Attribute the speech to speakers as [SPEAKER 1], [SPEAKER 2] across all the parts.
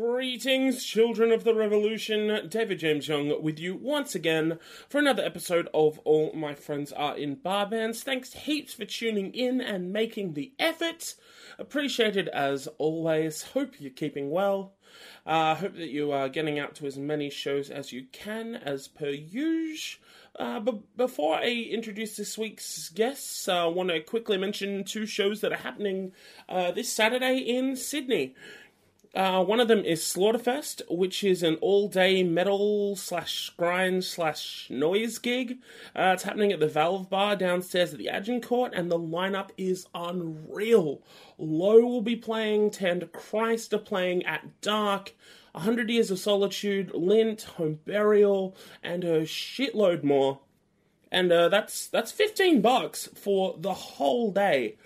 [SPEAKER 1] Greetings, children of the revolution. David James Young with you once again for another episode of All My Friends Are in Bar Bands. Thanks heaps for tuning in and making the effort. Appreciated as always. Hope you're keeping well. I uh, hope that you are getting out to as many shows as you can, as per usual. Uh, but before I introduce this week's guests, I want to quickly mention two shows that are happening uh, this Saturday in Sydney. Uh, one of them is Slaughterfest, which is an all-day metal slash grind slash noise gig. Uh, it's happening at the Valve Bar downstairs at the Agincourt, and the lineup is unreal. Low will be playing, Tend Christ are playing at Dark, 100 Years of Solitude, Lint, Home Burial, and a shitload more. And uh, that's that's 15 bucks for the whole day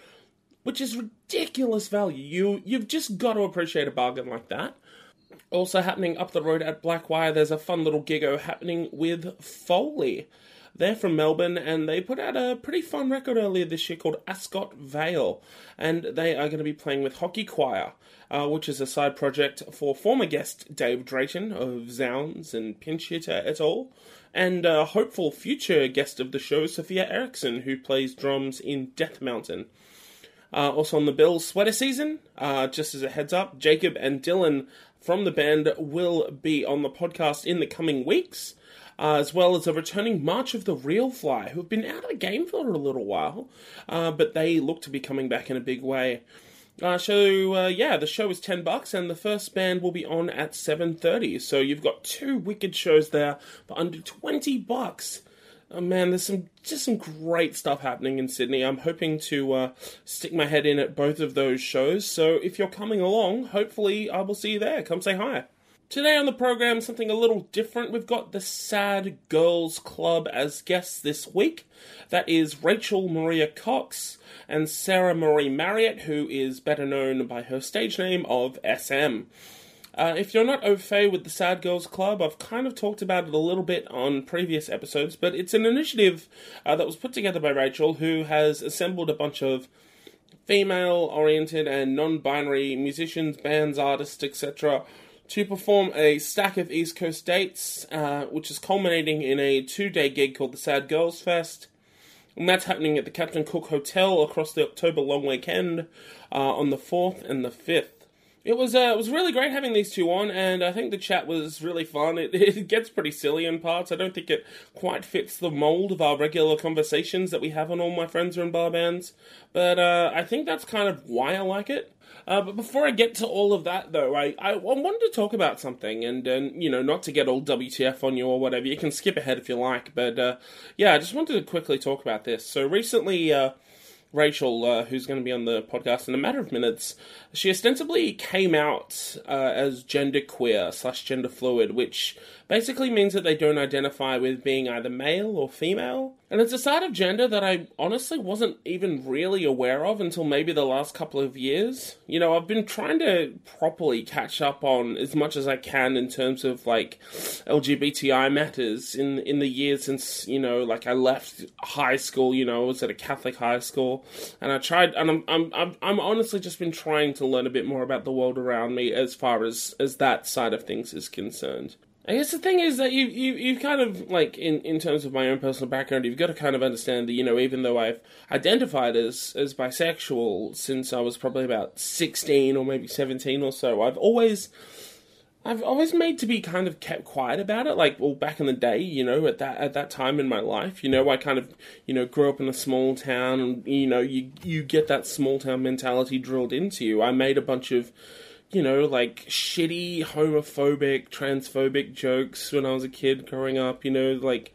[SPEAKER 1] which is ridiculous value. You you've just got to appreciate a bargain like that. Also happening up the road at Blackwire, there's a fun little giggo happening with Foley. They're from Melbourne and they put out a pretty fun record earlier this year called Ascot Vale. And they are going to be playing with Hockey Choir, uh, which is a side project for former guest Dave Drayton of Zounds and Pinch Hitter et al. And uh, hopeful future guest of the show, Sophia Erickson, who plays drums in Death Mountain. Uh, also on the bill, Sweater Season. Uh, just as a heads up, Jacob and Dylan from the band will be on the podcast in the coming weeks, uh, as well as a returning March of the Real Fly, who have been out of the game for a little while, uh, but they look to be coming back in a big way. Uh, so uh, yeah, the show is ten bucks, and the first band will be on at seven thirty. So you've got two wicked shows there for under twenty bucks. Oh man, there's some just some great stuff happening in Sydney. I'm hoping to uh, stick my head in at both of those shows. So if you're coming along, hopefully I will see you there. Come say hi. Today on the program, something a little different. We've got the Sad Girls Club as guests this week. That is Rachel Maria Cox and Sarah Marie Marriott, who is better known by her stage name of SM. Uh, if you're not au fait with the Sad Girls Club, I've kind of talked about it a little bit on previous episodes, but it's an initiative uh, that was put together by Rachel, who has assembled a bunch of female oriented and non binary musicians, bands, artists, etc., to perform a stack of East Coast dates, uh, which is culminating in a two day gig called the Sad Girls Fest. And that's happening at the Captain Cook Hotel across the October long weekend uh, on the 4th and the 5th. It was uh, it was really great having these two on, and I think the chat was really fun. It, it gets pretty silly in parts. I don't think it quite fits the mold of our regular conversations that we have on all my friends are in bar bands, but uh, I think that's kind of why I like it. Uh, but before I get to all of that, though, I, I, I wanted to talk about something, and, and you know, not to get all WTF on you or whatever. You can skip ahead if you like, but uh, yeah, I just wanted to quickly talk about this. So recently. uh, Rachel, uh, who's going to be on the podcast in a matter of minutes, she ostensibly came out uh, as genderqueer slash gender fluid, which basically means that they don't identify with being either male or female. And it's a side of gender that I honestly wasn't even really aware of until maybe the last couple of years. You know, I've been trying to properly catch up on as much as I can in terms of like LGBTI matters in in the years since you know, like I left high school. You know, I was at a Catholic high school, and I tried, and I'm I'm I'm, I'm honestly just been trying to learn a bit more about the world around me as far as as that side of things is concerned. I guess the thing is that you you you kind of like in in terms of my own personal background, you've got to kind of understand that you know even though I've identified as as bisexual since I was probably about sixteen or maybe seventeen or so, I've always I've always made to be kind of kept quiet about it. Like, well, back in the day, you know, at that at that time in my life, you know, I kind of, you know, grew up in a small town, and you know, you you get that small town mentality drilled into you. I made a bunch of, you know, like shitty homophobic, transphobic jokes when I was a kid growing up. You know, like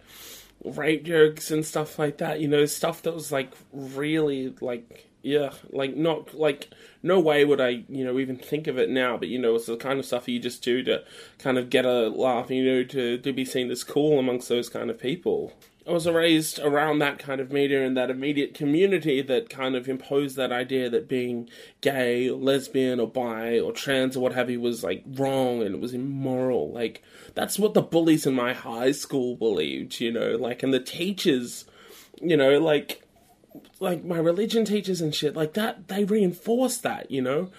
[SPEAKER 1] rape jokes and stuff like that. You know, stuff that was like really like yeah, like not like no way would I you know even think of it now. But you know, it's the kind of stuff you just do to kind of get a laugh. You know, to to be seen as cool amongst those kind of people. I was raised around that kind of media and that immediate community that kind of imposed that idea that being gay, or lesbian, or bi, or trans, or what have you was like wrong and it was immoral. Like, that's what the bullies in my high school believed, you know, like, and the teachers, you know, like, like my religion teachers and shit like that they reinforce that you know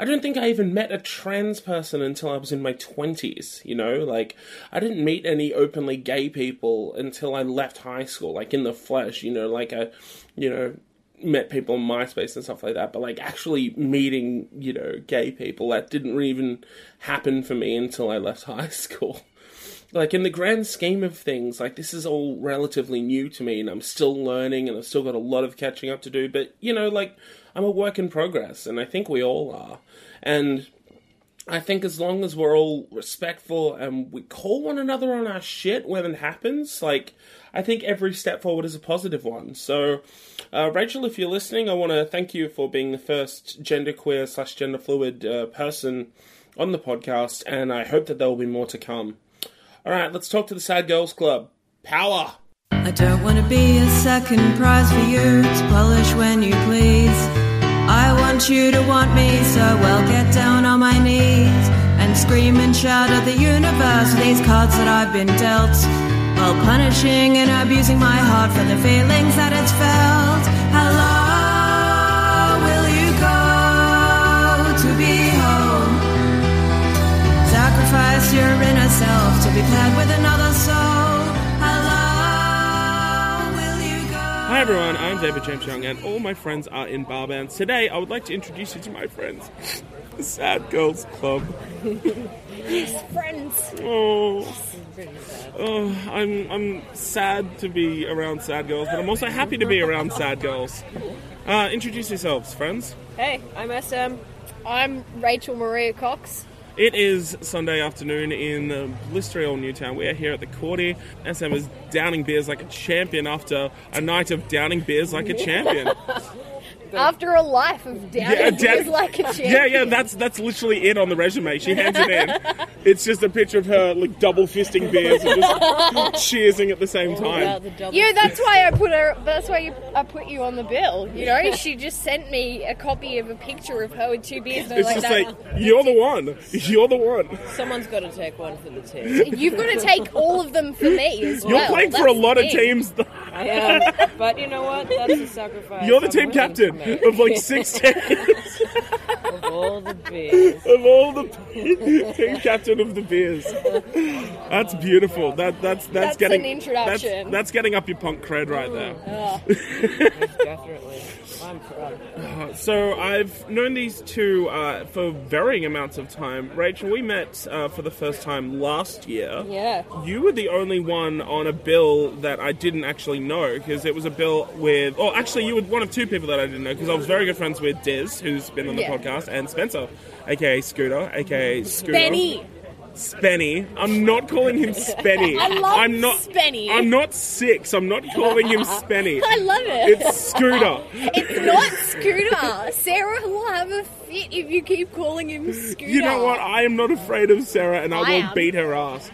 [SPEAKER 1] I don't think I even met a trans person until I was in my 20s, you know? Like, I didn't meet any openly gay people until I left high school, like in the flesh, you know? Like, I, you know, met people on MySpace and stuff like that, but like actually meeting, you know, gay people, that didn't even happen for me until I left high school. like in the grand scheme of things, like this is all relatively new to me and I'm still learning and I've still got a lot of catching up to do, but you know, like I'm a work in progress and I think we all are. And I think as long as we're all respectful and we call one another on our shit when it happens, like I think every step forward is a positive one. So, uh, Rachel, if you're listening, I want to thank you for being the first genderqueer slash genderfluid uh, person on the podcast, and I hope that there will be more to come. All right, let's talk to the Sad Girls Club. Power.
[SPEAKER 2] I don't want to be a second prize for you to polish when you please. I want you to want me, so I'll get down on my knees and scream and shout at the universe for these cards that I've been dealt. While punishing and abusing my heart for the feelings that it's felt. How long will you go to be home? Sacrifice your inner self to be paired with another soul. Hello, will you go?
[SPEAKER 1] Hi everyone, I'm David James Young, and all my friends are in bar bands. Today, I would like to introduce you to my friends, the Sad Girls Club.
[SPEAKER 3] friends.
[SPEAKER 1] Oh, oh, I'm I'm sad to be around sad girls, but I'm also happy to be around sad girls. Uh, introduce yourselves, friends.
[SPEAKER 3] Hey, I'm SM. I'm Rachel Maria Cox.
[SPEAKER 1] It is Sunday afternoon in uh, blistery old Newtown. We are here at the Cordy. SM is downing beers like a champion after a night of downing beers like a champion.
[SPEAKER 3] After a life of doubting,
[SPEAKER 1] Yeah,
[SPEAKER 3] yeah,
[SPEAKER 1] down-
[SPEAKER 3] like a champion.
[SPEAKER 1] Yeah, yeah, that's that's literally it on the resume. She hands it in. It's just a picture of her like double fisting beers and just cheersing at the
[SPEAKER 3] Oh,
[SPEAKER 1] same time.
[SPEAKER 3] You know, that's why I put her. That's why you, I put you on the bill. You know, she just sent me a copy of a picture of her with two beers. And I'm
[SPEAKER 1] It's
[SPEAKER 3] like,
[SPEAKER 1] just
[SPEAKER 3] that.
[SPEAKER 1] like you're the one. You're the one.
[SPEAKER 4] Someone's got to take one for the team.
[SPEAKER 3] you've got to take all of them for me as
[SPEAKER 1] You're
[SPEAKER 3] well.
[SPEAKER 1] playing for a
[SPEAKER 3] That's
[SPEAKER 1] lot
[SPEAKER 3] the
[SPEAKER 1] of
[SPEAKER 3] thing.
[SPEAKER 1] teams.
[SPEAKER 4] I am. But you know what? That's a sacrifice.
[SPEAKER 1] You're the
[SPEAKER 4] I'm
[SPEAKER 1] team
[SPEAKER 4] willing to
[SPEAKER 1] captain
[SPEAKER 4] make
[SPEAKER 1] of like six teams
[SPEAKER 4] Of all the beers.
[SPEAKER 1] of all the team captain of the beers. That's beautiful. That that's that's,
[SPEAKER 3] That's
[SPEAKER 1] getting
[SPEAKER 3] an introduction.
[SPEAKER 1] That's, that's getting up your punk cred right there.
[SPEAKER 4] Definitely. I'm proud.
[SPEAKER 1] So I've known these two uh, for varying amounts of time. Rachel, we met uh, for the first time last year.
[SPEAKER 3] Yeah.
[SPEAKER 1] You were the only one on a bill that I didn't actually know because it was a bill with, or actually, you were one of two people that I didn't know because I was very good friends with Diz, who's been on the
[SPEAKER 3] Yeah.
[SPEAKER 1] podcast, and Spencer, aka Scooter, aka Scooter.
[SPEAKER 3] Benny.
[SPEAKER 1] Spenny. I'm not calling him Spenny.
[SPEAKER 3] I love
[SPEAKER 1] I'm not
[SPEAKER 3] Spenny.
[SPEAKER 1] I'm not six. I'm not calling him Spenny.
[SPEAKER 3] I love it.
[SPEAKER 1] It's Scooter.
[SPEAKER 3] It's not Scooter. Sarah will have a fit if you keep calling him Scooter.
[SPEAKER 1] You know what? I am not afraid of Sarah, and I,
[SPEAKER 3] I
[SPEAKER 1] will
[SPEAKER 3] am.
[SPEAKER 1] beat her ass.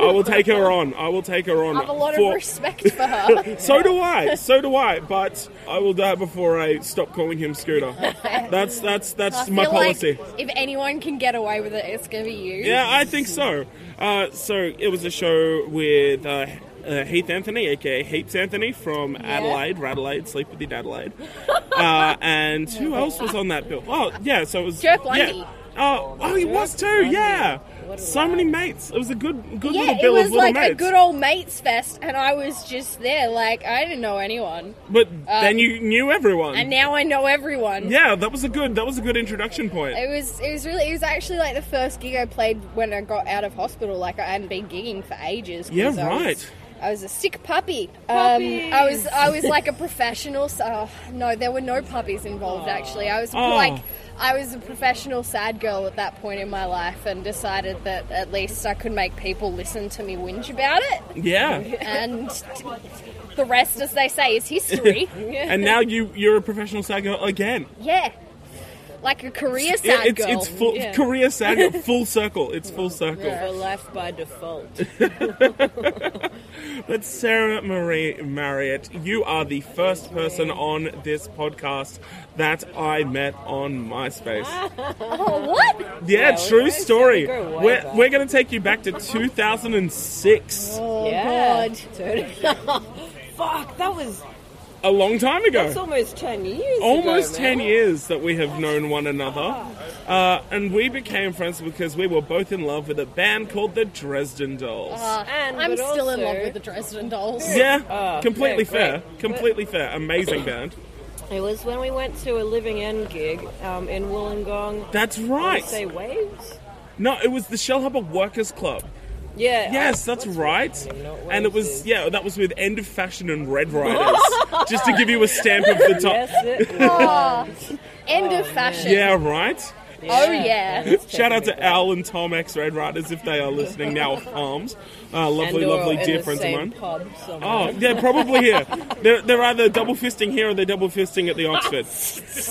[SPEAKER 1] I will take her on. I will take her on.
[SPEAKER 3] I have a lot
[SPEAKER 1] for-
[SPEAKER 3] of respect for her.
[SPEAKER 1] So do I. So do I. But I will die before I stop calling him Scooter. That's that's
[SPEAKER 3] I
[SPEAKER 1] that's
[SPEAKER 3] feel
[SPEAKER 1] my policy.
[SPEAKER 3] Like if anyone can get away with it, it's gonna be you.
[SPEAKER 1] Yeah, I think so. Uh, so it was a show with uh, uh, Heath Anthony, aka Heaps Anthony from Adelaide, Radelaide, Sleep with the Adelaide. uh, and who else was on that bill? Oh, yeah, so it was
[SPEAKER 3] Jeff Lundy.
[SPEAKER 1] Yeah. Oh, oh, he was too. Yeah, so many mates. It was a good, good
[SPEAKER 3] Yeah,
[SPEAKER 1] little
[SPEAKER 3] it
[SPEAKER 1] bill
[SPEAKER 3] was
[SPEAKER 1] of little
[SPEAKER 3] like
[SPEAKER 1] mates.
[SPEAKER 3] a good old mates fest, and I was just there. Like I didn't know anyone,
[SPEAKER 1] but then you knew everyone.
[SPEAKER 3] Um, and now I know everyone.
[SPEAKER 1] yeah, that was a good. That was a good introduction point.
[SPEAKER 3] It was it was really it was actually like the first gig I played when I got out of hospital. Like I hadn't been gigging for ages. 'cause
[SPEAKER 1] Yeah,
[SPEAKER 3] I was-
[SPEAKER 1] right.
[SPEAKER 3] I was a sick puppy. Um, I was I was like a professional. So, oh, no, there were no puppies involved. Actually, I was
[SPEAKER 1] Aw.
[SPEAKER 3] like I was a professional sad girl at that point in my life, and decided that at least I could make people listen to me whinge about it.
[SPEAKER 1] yeah,
[SPEAKER 3] And the rest, as they say, is history.
[SPEAKER 1] and now you you're a professional sad girl again.
[SPEAKER 3] yeah, like a career
[SPEAKER 1] Yeah,
[SPEAKER 3] sad
[SPEAKER 1] it's
[SPEAKER 3] girl.
[SPEAKER 1] it's full
[SPEAKER 4] Yeah.
[SPEAKER 1] career sad girl, full circle. It's full circle.
[SPEAKER 4] For life by default.
[SPEAKER 1] But Sarah Marie Marriott, you are the first person on this podcast that I met on MySpace.
[SPEAKER 3] oh, what?
[SPEAKER 1] Yeah,
[SPEAKER 4] we
[SPEAKER 1] true
[SPEAKER 4] go-
[SPEAKER 1] story.
[SPEAKER 4] we go way
[SPEAKER 1] We're,
[SPEAKER 4] back.
[SPEAKER 1] we're going to take you back to 2006.
[SPEAKER 3] Oh
[SPEAKER 1] Oh,
[SPEAKER 4] yeah.
[SPEAKER 3] god.
[SPEAKER 4] Totally. Fuck, that was.
[SPEAKER 1] a long time ago.
[SPEAKER 4] It's almost 10 years.
[SPEAKER 1] almost
[SPEAKER 4] ago,
[SPEAKER 1] 10
[SPEAKER 4] man. Ah.
[SPEAKER 1] years that we have known one another. Uh, and we became friends because we were both in love with a band called the Dresden Dolls.
[SPEAKER 3] Uh,
[SPEAKER 4] And-
[SPEAKER 3] I'm
[SPEAKER 4] but
[SPEAKER 3] still in
[SPEAKER 4] also-
[SPEAKER 3] love with the Dresden Dolls.
[SPEAKER 1] yeah,
[SPEAKER 4] Ah,
[SPEAKER 1] completely
[SPEAKER 4] yeah,
[SPEAKER 1] fair.
[SPEAKER 4] great.
[SPEAKER 1] Completely fair. Amazing band.
[SPEAKER 4] It was when we went to a Living End gig um, in Wollongong.
[SPEAKER 1] That's
[SPEAKER 4] I
[SPEAKER 1] right.
[SPEAKER 4] say waves?
[SPEAKER 1] No, it was the Shell Harbour Workers Club.
[SPEAKER 4] Yeah.
[SPEAKER 1] Yes, that's
[SPEAKER 4] what's
[SPEAKER 1] right.
[SPEAKER 4] Waves? Not
[SPEAKER 1] And it
[SPEAKER 4] Waves
[SPEAKER 1] was,
[SPEAKER 4] is-
[SPEAKER 1] yeah, that was with End of Fashion and Red Riders. just to give you a stamp of the top.
[SPEAKER 4] Yes, it was.
[SPEAKER 3] End of fashion.
[SPEAKER 1] Oh, Yeah, right?
[SPEAKER 3] Oh yeah.
[SPEAKER 1] Shout out to Al and Tom X Red Riders if they are listening now of Arms. Uh, lovely,
[SPEAKER 4] And we're
[SPEAKER 1] lovely
[SPEAKER 4] in
[SPEAKER 1] dear
[SPEAKER 4] the
[SPEAKER 1] friends of
[SPEAKER 4] same
[SPEAKER 1] mine.
[SPEAKER 4] pub somewhere.
[SPEAKER 1] Oh, they're probably here. They're, they're either double fisting here or they're double fisting at the Oxford.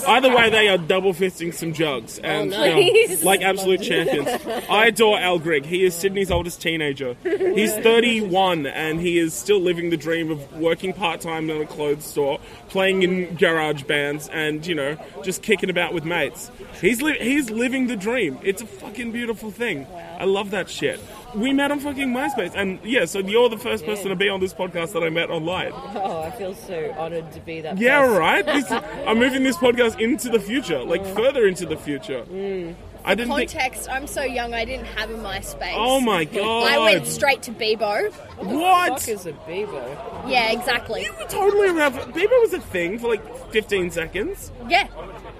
[SPEAKER 1] Either way, they are double fisting some jugs and
[SPEAKER 3] Oh, no.
[SPEAKER 1] you know,
[SPEAKER 3] Please.
[SPEAKER 1] like absolute champions. I adore Al Grigg. He is Sydney's oldest teenager. He's 31 and he is still living the dream of working part time in a clothes store, playing in garage bands, and you know just kicking about with mates. He's li- he's living the dream. It's a fucking beautiful thing. I love that shit. We met on fucking MySpace, and yeah, so you're the first person to be on this podcast that I met online.
[SPEAKER 4] Oh, I feel so honored to be that.
[SPEAKER 1] Yeah,
[SPEAKER 4] person.
[SPEAKER 1] right. This, I'm moving this podcast into the future, like further into the future. I didn't think.
[SPEAKER 3] Mm. Context. I'm so young. I didn't have a MySpace.
[SPEAKER 1] Oh my god!
[SPEAKER 3] I went straight to Bebo.
[SPEAKER 1] What?
[SPEAKER 4] Fuck is a Bebo?
[SPEAKER 3] Yeah, exactly.
[SPEAKER 1] You were totally around. For, Bieber was a thing for like 15 seconds.
[SPEAKER 3] Yeah.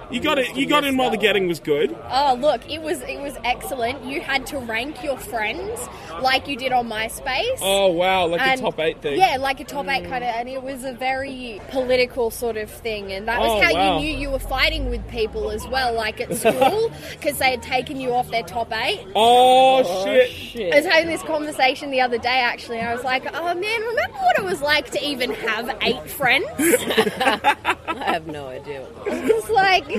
[SPEAKER 1] You got it. You got in while the getting was good.
[SPEAKER 3] Oh look, it was it was excellent. You had to rank your friends like you did on MySpace.
[SPEAKER 1] Oh wow! Like
[SPEAKER 3] And-
[SPEAKER 1] a top eight thing.
[SPEAKER 3] Yeah, like a top eight kind of, and it was a very political sort of thing, and that was
[SPEAKER 1] Oh,
[SPEAKER 3] how
[SPEAKER 1] wow.
[SPEAKER 3] you knew you were fighting with people as well, like at school, because they had taken you off their top eight.
[SPEAKER 1] Oh, shit.
[SPEAKER 4] Shit.
[SPEAKER 3] I was having this conversation the other day, actually, and I was like, "Oh man, remember what it was like to even have eight friends? It
[SPEAKER 4] I have no idea. What the-
[SPEAKER 3] was like, what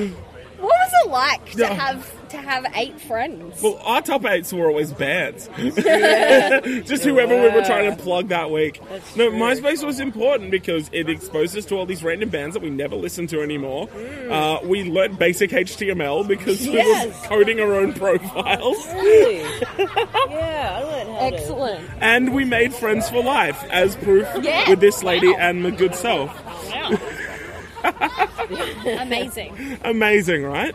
[SPEAKER 3] was it like to
[SPEAKER 1] Yeah.
[SPEAKER 3] have to have eight friends?"
[SPEAKER 1] Well, our top eights were always bands. Just whoever we were trying to plug that week.
[SPEAKER 4] That's
[SPEAKER 1] no,
[SPEAKER 4] true.
[SPEAKER 1] MySpace was important because it exposed us to all these random bands that we never listened to anymore. Uh, we learned basic HTML because we
[SPEAKER 4] Mm. Yes.
[SPEAKER 1] were coding our own profiles.
[SPEAKER 4] Really? yeah, I learned how to.
[SPEAKER 3] Excellent.
[SPEAKER 1] And we made friends for life as proof
[SPEAKER 3] Yeah.
[SPEAKER 1] with this lady
[SPEAKER 3] Wow.
[SPEAKER 1] and my good self.
[SPEAKER 3] Amazing.
[SPEAKER 1] Amazing, right?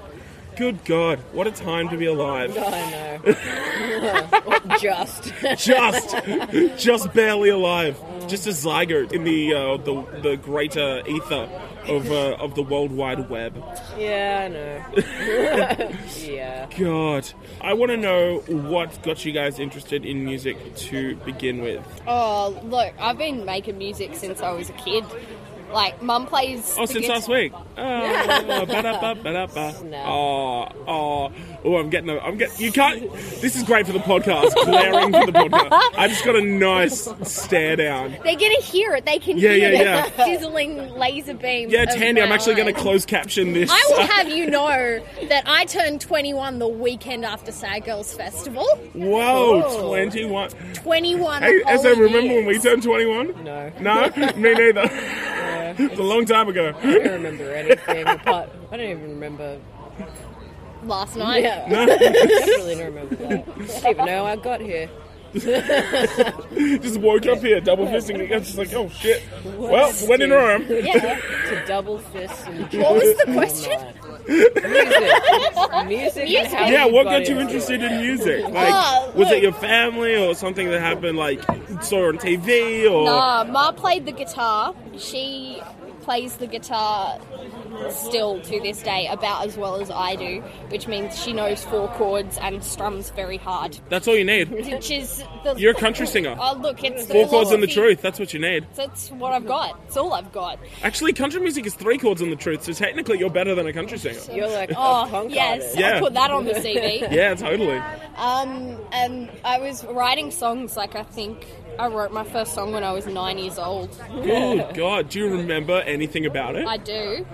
[SPEAKER 1] Good God, what a time to be alive.
[SPEAKER 4] I know. Just.
[SPEAKER 1] just just barely alive just a zygote in the uh, the, the greater ether of uh, of the world wide web
[SPEAKER 4] Yeah, I know. yeah.
[SPEAKER 1] god i want to know what got you guys interested in music to begin with
[SPEAKER 3] Oh look, I've been making music since I was a kid. Like, mum plays.
[SPEAKER 1] oh
[SPEAKER 3] the
[SPEAKER 1] since
[SPEAKER 3] guitar-
[SPEAKER 1] last week oh ba-da-ba, ba-da-ba. oh oh oh i'm getting a, i'm getting you can't this is great for the podcast glaring for the podcast i just got a nice stare down
[SPEAKER 3] They're gonna hear it. They can
[SPEAKER 1] Yeah,
[SPEAKER 3] hear
[SPEAKER 1] yeah,
[SPEAKER 3] yeah, yeah. sizzling laser beam.
[SPEAKER 1] yeah
[SPEAKER 3] of
[SPEAKER 1] tandy i'm
[SPEAKER 3] my
[SPEAKER 1] actually going
[SPEAKER 3] eyes.
[SPEAKER 1] to close caption this
[SPEAKER 3] I will have you know that I turned 21 the weekend after Sad Girls Festival.
[SPEAKER 1] whoa
[SPEAKER 4] Whoa.
[SPEAKER 1] 21
[SPEAKER 3] 21.
[SPEAKER 1] Hey,
[SPEAKER 3] whole
[SPEAKER 1] Essa, remember when we
[SPEAKER 3] years.
[SPEAKER 1] turned 21?
[SPEAKER 4] No.
[SPEAKER 1] No, me neither. It's a long time ago.
[SPEAKER 4] I don't remember anything. Apart, I don't even remember.
[SPEAKER 3] last night?
[SPEAKER 4] Yeah. I really don't remember that. I don't even know how I got here.
[SPEAKER 1] Just woke up here, double fisting. I was just like, oh shit. Well, when in Rome.
[SPEAKER 3] Yeah.
[SPEAKER 4] To double fist and
[SPEAKER 3] What was the question?
[SPEAKER 4] music. Music.
[SPEAKER 3] Music.
[SPEAKER 4] And how
[SPEAKER 1] Yeah, what got you
[SPEAKER 4] into it.
[SPEAKER 1] interested in music? Like,
[SPEAKER 3] Oh,
[SPEAKER 1] was it
[SPEAKER 3] look.
[SPEAKER 1] your family or something that happened, like, saw on TV or.
[SPEAKER 3] Nah, Uh, Ma played the guitar. She plays the guitar still to this day about as well as I do, which means she knows four chords and strums very hard.
[SPEAKER 1] That's all you need.
[SPEAKER 3] Which is the
[SPEAKER 1] You're a country singer.
[SPEAKER 3] Oh look, it's the
[SPEAKER 1] Four chords and the
[SPEAKER 3] philosophy.
[SPEAKER 1] truth, that's what you need.
[SPEAKER 3] That's what I've got. It's all I've got.
[SPEAKER 1] Actually, country music is three chords and the truth, so technically you're better than a country singer.
[SPEAKER 4] You're like, oh,
[SPEAKER 3] Oh,
[SPEAKER 4] punk
[SPEAKER 3] yes.
[SPEAKER 1] Yeah.
[SPEAKER 3] I put that on the CD.
[SPEAKER 1] Yeah, totally.
[SPEAKER 3] Um, and I was writing songs, like, I think I wrote my first song when I was nine years old.
[SPEAKER 1] Good God, do you remember anything about it?
[SPEAKER 3] I do.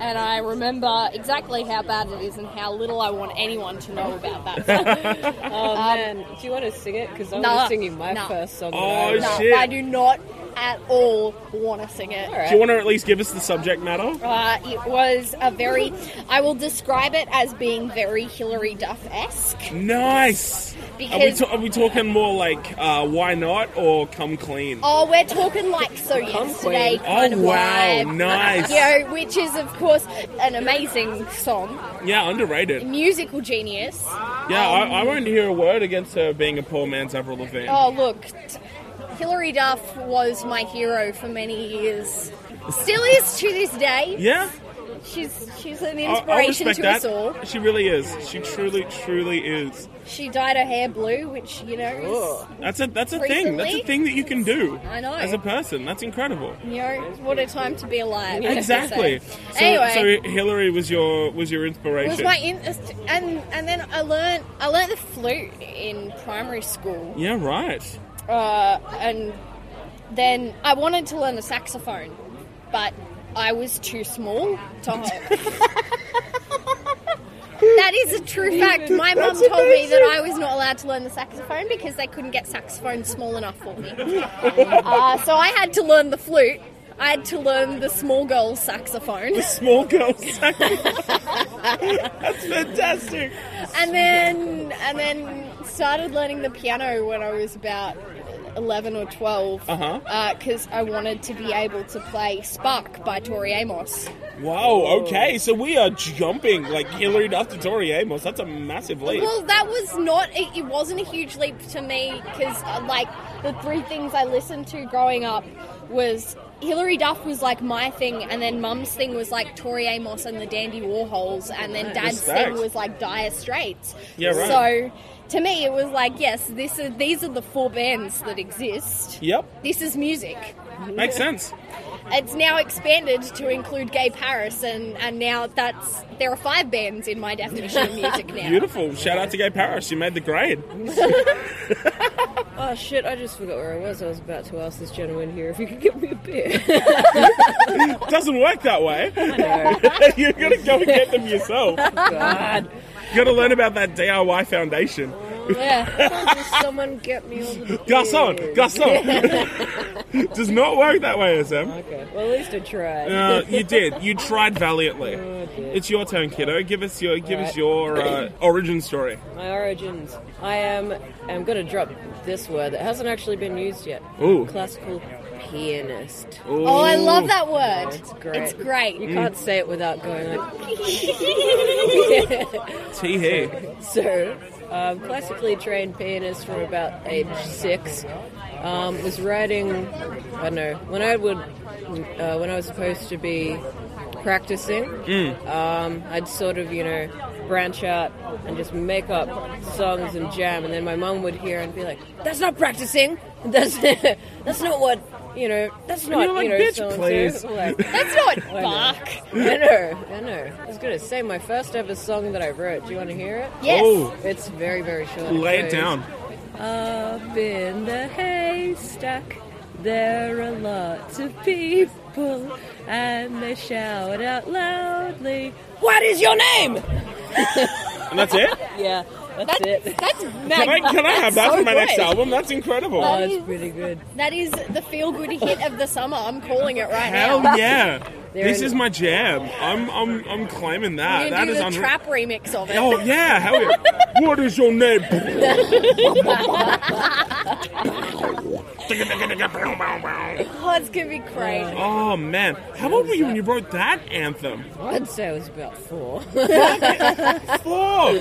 [SPEAKER 3] And I remember exactly how bad it is and how little I want anyone to know about that song.
[SPEAKER 1] Um,
[SPEAKER 4] Oh man, do you want to sing it? Because I
[SPEAKER 3] Nah.
[SPEAKER 4] was singing my
[SPEAKER 3] Nah.
[SPEAKER 4] first song. that
[SPEAKER 1] Oh,
[SPEAKER 4] I wrote.
[SPEAKER 3] no,
[SPEAKER 1] shit.
[SPEAKER 3] Um, I do not at all want to sing it.
[SPEAKER 1] Do you want to at least give us the subject matter?
[SPEAKER 3] Uh, it was a very, I will describe it as being very Hillary Duff esque.
[SPEAKER 1] Nice. Are we,
[SPEAKER 3] because
[SPEAKER 1] ta- are we talking more like uh, why not or come clean?
[SPEAKER 3] oh, we're talking like so
[SPEAKER 4] Come
[SPEAKER 3] yesterday
[SPEAKER 4] Queen.
[SPEAKER 3] kind
[SPEAKER 1] Oh,
[SPEAKER 3] of
[SPEAKER 1] wow,
[SPEAKER 3] vibe.
[SPEAKER 1] nice.
[SPEAKER 3] You know, which is of course an amazing song,
[SPEAKER 1] Yeah, underrated.
[SPEAKER 3] musical genius.
[SPEAKER 1] Yeah, I, I won't hear a word against her being a poor man's Avril Lavigne.
[SPEAKER 3] Oh, look, t- Hilary Duff was my hero for many years. Still is to this day.
[SPEAKER 1] Yeah,
[SPEAKER 3] She's she's an
[SPEAKER 1] I, I
[SPEAKER 3] inspiration
[SPEAKER 1] respect
[SPEAKER 3] to
[SPEAKER 1] that.
[SPEAKER 3] us all.
[SPEAKER 1] She really is. She truly, truly is.
[SPEAKER 3] She dyed her hair blue, which you know, is,
[SPEAKER 1] That's a that's a thing. That's a
[SPEAKER 3] Recently?
[SPEAKER 1] thing that you can do.
[SPEAKER 3] I know.
[SPEAKER 1] As a person, that's incredible.
[SPEAKER 3] you know, what a time to be alive. I have to
[SPEAKER 1] Exactly.
[SPEAKER 3] say.
[SPEAKER 1] So,
[SPEAKER 3] anyway,
[SPEAKER 1] so Hillary was your was your
[SPEAKER 3] it
[SPEAKER 1] inspiration.
[SPEAKER 3] was my interest, and and then I learned I learned the flute in primary school,
[SPEAKER 1] yeah, right.
[SPEAKER 3] uh, and then I wanted to learn the saxophone, but I was too small to hold. That is a true fact. My mum told me that I was not allowed to learn the saxophone because they couldn't get saxophones small enough for me. Uh, so I had to learn the flute. I had to learn the small girl saxophone.
[SPEAKER 1] Small girl sacrifice. That's fantastic.
[SPEAKER 3] and then and then started learning the piano when I was about eleven or twelve
[SPEAKER 1] Uh-huh.
[SPEAKER 3] because I wanted to be able to play Spark by Tori Amos.
[SPEAKER 1] Wow. Okay. So we are jumping like Hillary Duff to Tori Amos. That's a massive leap.
[SPEAKER 3] Well, that was not it, it wasn't a huge leap to me because like the three things I listened to growing up was. Hilary Duff was like my thing, and then Mum's thing was like Tori Amos and the Dandy Warhols, and then Dad's
[SPEAKER 1] Respect.
[SPEAKER 3] thing was like Dire Straits.
[SPEAKER 1] Yeah, right.
[SPEAKER 3] So to me, it was like, yes, this is, these are the four bands that exist.
[SPEAKER 1] Yep.
[SPEAKER 3] This is music.
[SPEAKER 1] Makes sense.
[SPEAKER 3] It's now expanded to include Gay Paris, and, and now that's there are five bands in my definition of music now.
[SPEAKER 1] Beautiful. Shout out to Gay Paris. You made the grade.
[SPEAKER 4] Oh shit, I just forgot where I was. I was about to ask this gentleman here if he could give me a beer.
[SPEAKER 1] Doesn't work that way. you gotta go and get them yourself.
[SPEAKER 4] God.
[SPEAKER 1] You gotta learn about that DIY foundation.
[SPEAKER 4] Yeah. Just someone get me all the
[SPEAKER 1] Garçon,
[SPEAKER 4] beers.
[SPEAKER 1] garçon. Does not work that way, SM.
[SPEAKER 4] Okay. Well, at least I tried.
[SPEAKER 1] Uh, you did. You tried valiantly.
[SPEAKER 4] Oh, dear.
[SPEAKER 1] It's your turn, kiddo. Give us your give us
[SPEAKER 4] Alright.
[SPEAKER 1] your uh, origin story.
[SPEAKER 4] My origins. I am. I'm gonna drop this word that hasn't actually been used yet.
[SPEAKER 1] Ooh.
[SPEAKER 4] Classical pianist.
[SPEAKER 3] Oh, I love that word.
[SPEAKER 1] Oh,
[SPEAKER 4] It's great.
[SPEAKER 3] It's great.
[SPEAKER 4] You can't say it without going like.
[SPEAKER 1] Tee hee.
[SPEAKER 4] So, um, classically trained pianist from about age six. Um, was writing. I don't know when I would. Uh, when I was supposed to be practicing,
[SPEAKER 1] Hmm.
[SPEAKER 4] um, I'd sort of you know branch out and just make up songs and jam, and then my mum would hear and be like, "That's not practicing. That's that's not what." You know, that's not
[SPEAKER 1] you're like,
[SPEAKER 4] you know,
[SPEAKER 1] "Bitch,
[SPEAKER 4] so-and-so."
[SPEAKER 1] please.
[SPEAKER 4] Like,
[SPEAKER 3] That's not bark.
[SPEAKER 4] I know, I know. I was gonna say my first ever song that I wrote. Do you want to hear it?
[SPEAKER 3] Yes.
[SPEAKER 1] Oh,
[SPEAKER 4] It's very, very short.
[SPEAKER 1] lay it
[SPEAKER 4] goes,
[SPEAKER 1] down.
[SPEAKER 4] Up in the haystack, there are lots of people, and they shout out loudly, "What is your name?"
[SPEAKER 1] And that's it.
[SPEAKER 4] Yeah, that's
[SPEAKER 3] That's,
[SPEAKER 4] it.
[SPEAKER 3] that's
[SPEAKER 1] Can I,
[SPEAKER 3] mag-
[SPEAKER 1] can I have
[SPEAKER 3] that's
[SPEAKER 1] that
[SPEAKER 3] so
[SPEAKER 1] for my next
[SPEAKER 3] good.
[SPEAKER 1] album? That's incredible.
[SPEAKER 4] Oh, it's pretty good.
[SPEAKER 3] That is the feel good hit of the summer. I'm calling it right
[SPEAKER 1] Hell
[SPEAKER 3] now.
[SPEAKER 1] yeah!
[SPEAKER 4] They're
[SPEAKER 1] This
[SPEAKER 4] in-
[SPEAKER 1] is my jam. I'm I'm I'm claiming that.
[SPEAKER 3] You
[SPEAKER 1] That
[SPEAKER 3] do
[SPEAKER 1] is
[SPEAKER 3] the
[SPEAKER 1] unre-
[SPEAKER 3] trap remix of it.
[SPEAKER 1] Oh yeah! Hell yeah! what is your name?
[SPEAKER 3] Oh, it's gonna be crazy.
[SPEAKER 1] oh man, how old were you when you wrote that anthem?
[SPEAKER 4] I'd say I was about four.
[SPEAKER 1] Four. So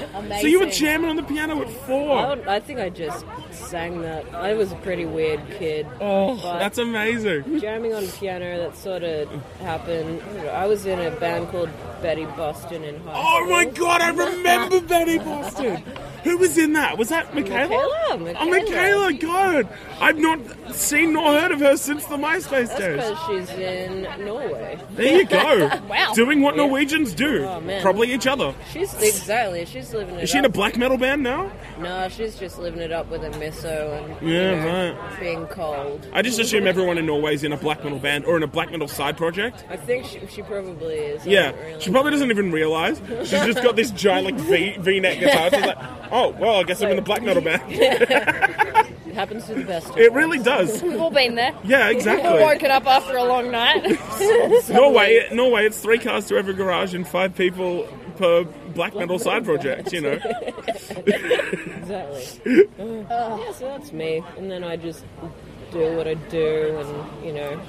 [SPEAKER 1] you were
[SPEAKER 3] Amazing.
[SPEAKER 1] jamming on the piano at
[SPEAKER 4] I,
[SPEAKER 1] four.
[SPEAKER 4] don't- I think I just sang that. I was a pretty weird kid.
[SPEAKER 1] Oh,
[SPEAKER 4] but-
[SPEAKER 1] that's amazing.
[SPEAKER 4] jamming on piano that sort of happened. I was in a band called Betty Boston in high
[SPEAKER 1] Oh
[SPEAKER 4] school.
[SPEAKER 1] my god, I remember Betty Boston. Who was in that? Was that Michaela?
[SPEAKER 4] Michaela,
[SPEAKER 1] Oh,
[SPEAKER 4] Michaela.
[SPEAKER 1] Michaela, God. I've not seen nor heard of her since the MySpace
[SPEAKER 4] That's
[SPEAKER 1] days.
[SPEAKER 4] because she's in Norway.
[SPEAKER 1] There you go.
[SPEAKER 3] Wow.
[SPEAKER 1] Doing what Norwegians do.
[SPEAKER 4] Oh, man.
[SPEAKER 1] Probably each other.
[SPEAKER 4] She's exactly. She's living it
[SPEAKER 1] Is she in a
[SPEAKER 4] up.
[SPEAKER 1] black metal band now?
[SPEAKER 4] no, she's just living it up with a miso and you
[SPEAKER 1] Yeah,
[SPEAKER 4] know, being cold.
[SPEAKER 1] I just assume everyone in Norway is in a black metal band or in a black metal side project.
[SPEAKER 4] I think she, she probably is. I
[SPEAKER 1] Yeah.
[SPEAKER 4] don't really
[SPEAKER 1] She probably doesn't even realize. She's just got this giant like V V neck guitar. She's like, oh well, I guess I'm in a black metal band.
[SPEAKER 4] It happens to the best. of
[SPEAKER 1] It
[SPEAKER 4] us.
[SPEAKER 1] really does.
[SPEAKER 3] We've all been there.
[SPEAKER 1] Yeah,
[SPEAKER 3] We've all
[SPEAKER 1] exactly.
[SPEAKER 3] woken up after a long night.
[SPEAKER 1] Norway, Norway. It's three cars to every garage and five people per black metal side project, you know.
[SPEAKER 4] Exactly. Uh, so that's me. And then I just do what I do and, you know,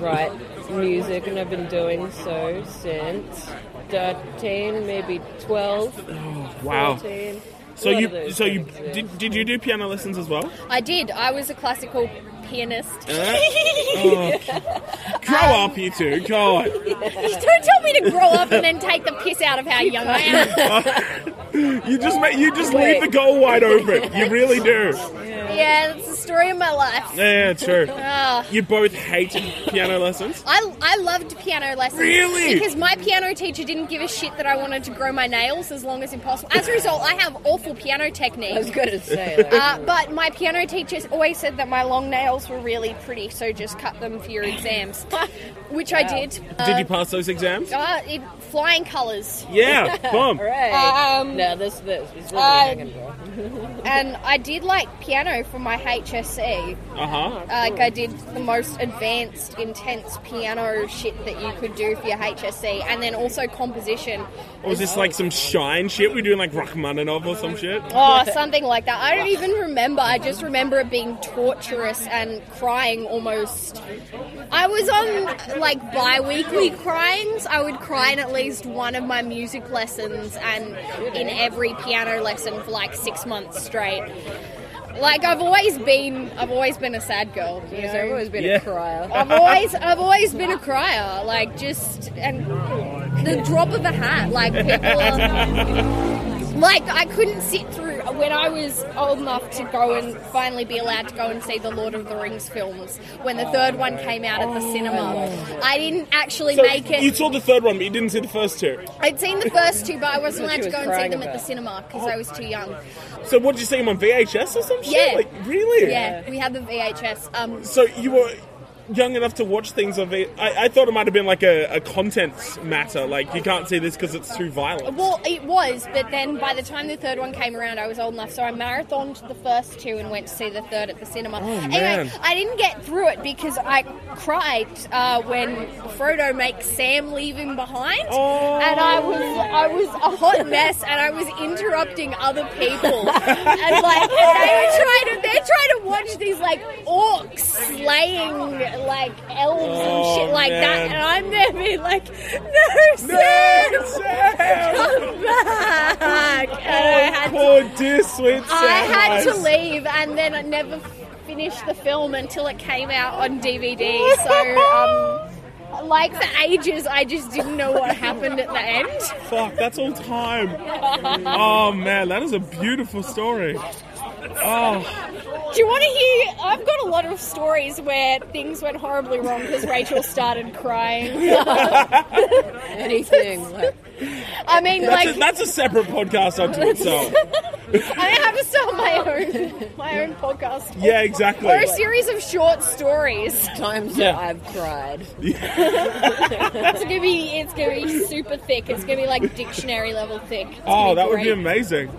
[SPEAKER 4] write music. And I've been doing so since 13, maybe 12,
[SPEAKER 1] Wow.
[SPEAKER 4] 13.
[SPEAKER 1] So
[SPEAKER 4] A lot of
[SPEAKER 1] you,
[SPEAKER 4] those
[SPEAKER 1] so you,
[SPEAKER 4] things, yeah.
[SPEAKER 1] did, did you do piano lessons as well?
[SPEAKER 3] I did. I was a classical pianist.
[SPEAKER 1] Uh. Grow
[SPEAKER 4] Um,
[SPEAKER 1] up, you two. God.
[SPEAKER 3] Don't tell me to grow up and then take the piss out of how young I am.
[SPEAKER 1] You just make, you just
[SPEAKER 4] Wait.
[SPEAKER 1] leave the goal wide open. You really do.
[SPEAKER 3] Yeah, that's the story of my life.
[SPEAKER 1] Yeah, true.
[SPEAKER 3] Ah.
[SPEAKER 1] You both hated piano lessons.
[SPEAKER 3] I, I loved piano lessons.
[SPEAKER 1] Really?
[SPEAKER 3] Because my piano teacher didn't give a shit that I wanted to grow my nails as long as impossible. As a result, I have awful piano
[SPEAKER 4] I was
[SPEAKER 3] technique.
[SPEAKER 4] going to say, like,
[SPEAKER 3] Uh, but my piano teachers always said that my long nails were really pretty, so just cut them for your exams, which I did.
[SPEAKER 1] Did you pass those exams?
[SPEAKER 3] Uh, it, flying colours.
[SPEAKER 1] Yeah, bomb.
[SPEAKER 4] hooray.
[SPEAKER 3] Um,
[SPEAKER 4] no, this, this, this really
[SPEAKER 3] I-
[SPEAKER 4] hanging, bro.
[SPEAKER 3] And I did like piano for my HSC.
[SPEAKER 1] Uh huh.
[SPEAKER 3] Like I did the most advanced, intense piano shit that you could do for your HSC, and then also composition.
[SPEAKER 1] Or was this like some shine shit? We're doing like Rachmaninoff or some shit?
[SPEAKER 3] Oh, something like that. I don't even remember. I just remember it being torturous and crying almost. I was on like bi weekly cryings. I would cry in at least one of my music lessons and in every piano lesson for like six months straight. Like I've always been, I've always been a sad girl. You
[SPEAKER 4] Because
[SPEAKER 3] know?
[SPEAKER 4] I've always been
[SPEAKER 1] Yeah.
[SPEAKER 4] a crier.
[SPEAKER 3] I've always I've always been a crier, like just and the drop of a hat, like people um, like I couldn't sit through when I was old enough to go and finally be allowed to go and see the Lord of the Rings films when the third one came out at the cinema. I didn't actually
[SPEAKER 1] So
[SPEAKER 3] make
[SPEAKER 1] You
[SPEAKER 3] it.
[SPEAKER 1] saw the third one, but you didn't see the first two.
[SPEAKER 3] I'd seen the first two, but I wasn't allowed
[SPEAKER 4] That's
[SPEAKER 3] to go and see
[SPEAKER 4] what she was
[SPEAKER 3] them
[SPEAKER 4] crying
[SPEAKER 3] at the
[SPEAKER 4] about.
[SPEAKER 3] cinema because I was too young.
[SPEAKER 1] So what did you see them on VHS or some shit?
[SPEAKER 3] Yeah.
[SPEAKER 1] Like really?
[SPEAKER 3] Yeah, we had the VHS. Um,
[SPEAKER 1] So you were young enough to watch things on V. I, I thought it might have been like a, a content matter. Like you can't see this because it's too violent.
[SPEAKER 3] Well, it was, but then by the time the third one came around, I was old enough, so I marathoned the first two and went to see the third at the cinema.
[SPEAKER 1] Oh, man.
[SPEAKER 3] Anyway, I didn't get through it because I cried uh, when Frodo makes Sam leave him behind,
[SPEAKER 1] Oh.
[SPEAKER 3] and I was I was a hot mess, and I was interrupting other people, and like they were trying to they're trying to watch these like orcs slaying like elves
[SPEAKER 1] Oh,
[SPEAKER 3] and shit like
[SPEAKER 1] man.
[SPEAKER 3] that, and I'm there being like, no, Sam. Come back! And I had to,
[SPEAKER 1] Oh, Poor dear sweet
[SPEAKER 3] I had to
[SPEAKER 1] sacrifice.
[SPEAKER 3] leave, and then I never finished the film until it came out on DVD. So, um, like for ages, I just didn't know what happened at the end.
[SPEAKER 1] Fuck, that's all time. Oh man, that is a beautiful story.
[SPEAKER 3] Do you want to hear? I've got a lot of stories where things went horribly wrong because Rachel started crying.
[SPEAKER 4] Anything. Like,
[SPEAKER 3] I mean,
[SPEAKER 1] That's,
[SPEAKER 3] like
[SPEAKER 1] a, that's a separate podcast unto itself.
[SPEAKER 3] I have a start my own my own podcast.
[SPEAKER 1] Yeah, exactly.
[SPEAKER 3] Or a series of short stories.
[SPEAKER 4] times
[SPEAKER 1] Yeah.
[SPEAKER 4] that I've cried.
[SPEAKER 3] It's gonna be it's gonna be super thick. It's gonna be like dictionary level thick. It's gonna
[SPEAKER 1] Oh, that would be
[SPEAKER 3] great.
[SPEAKER 1] amazing.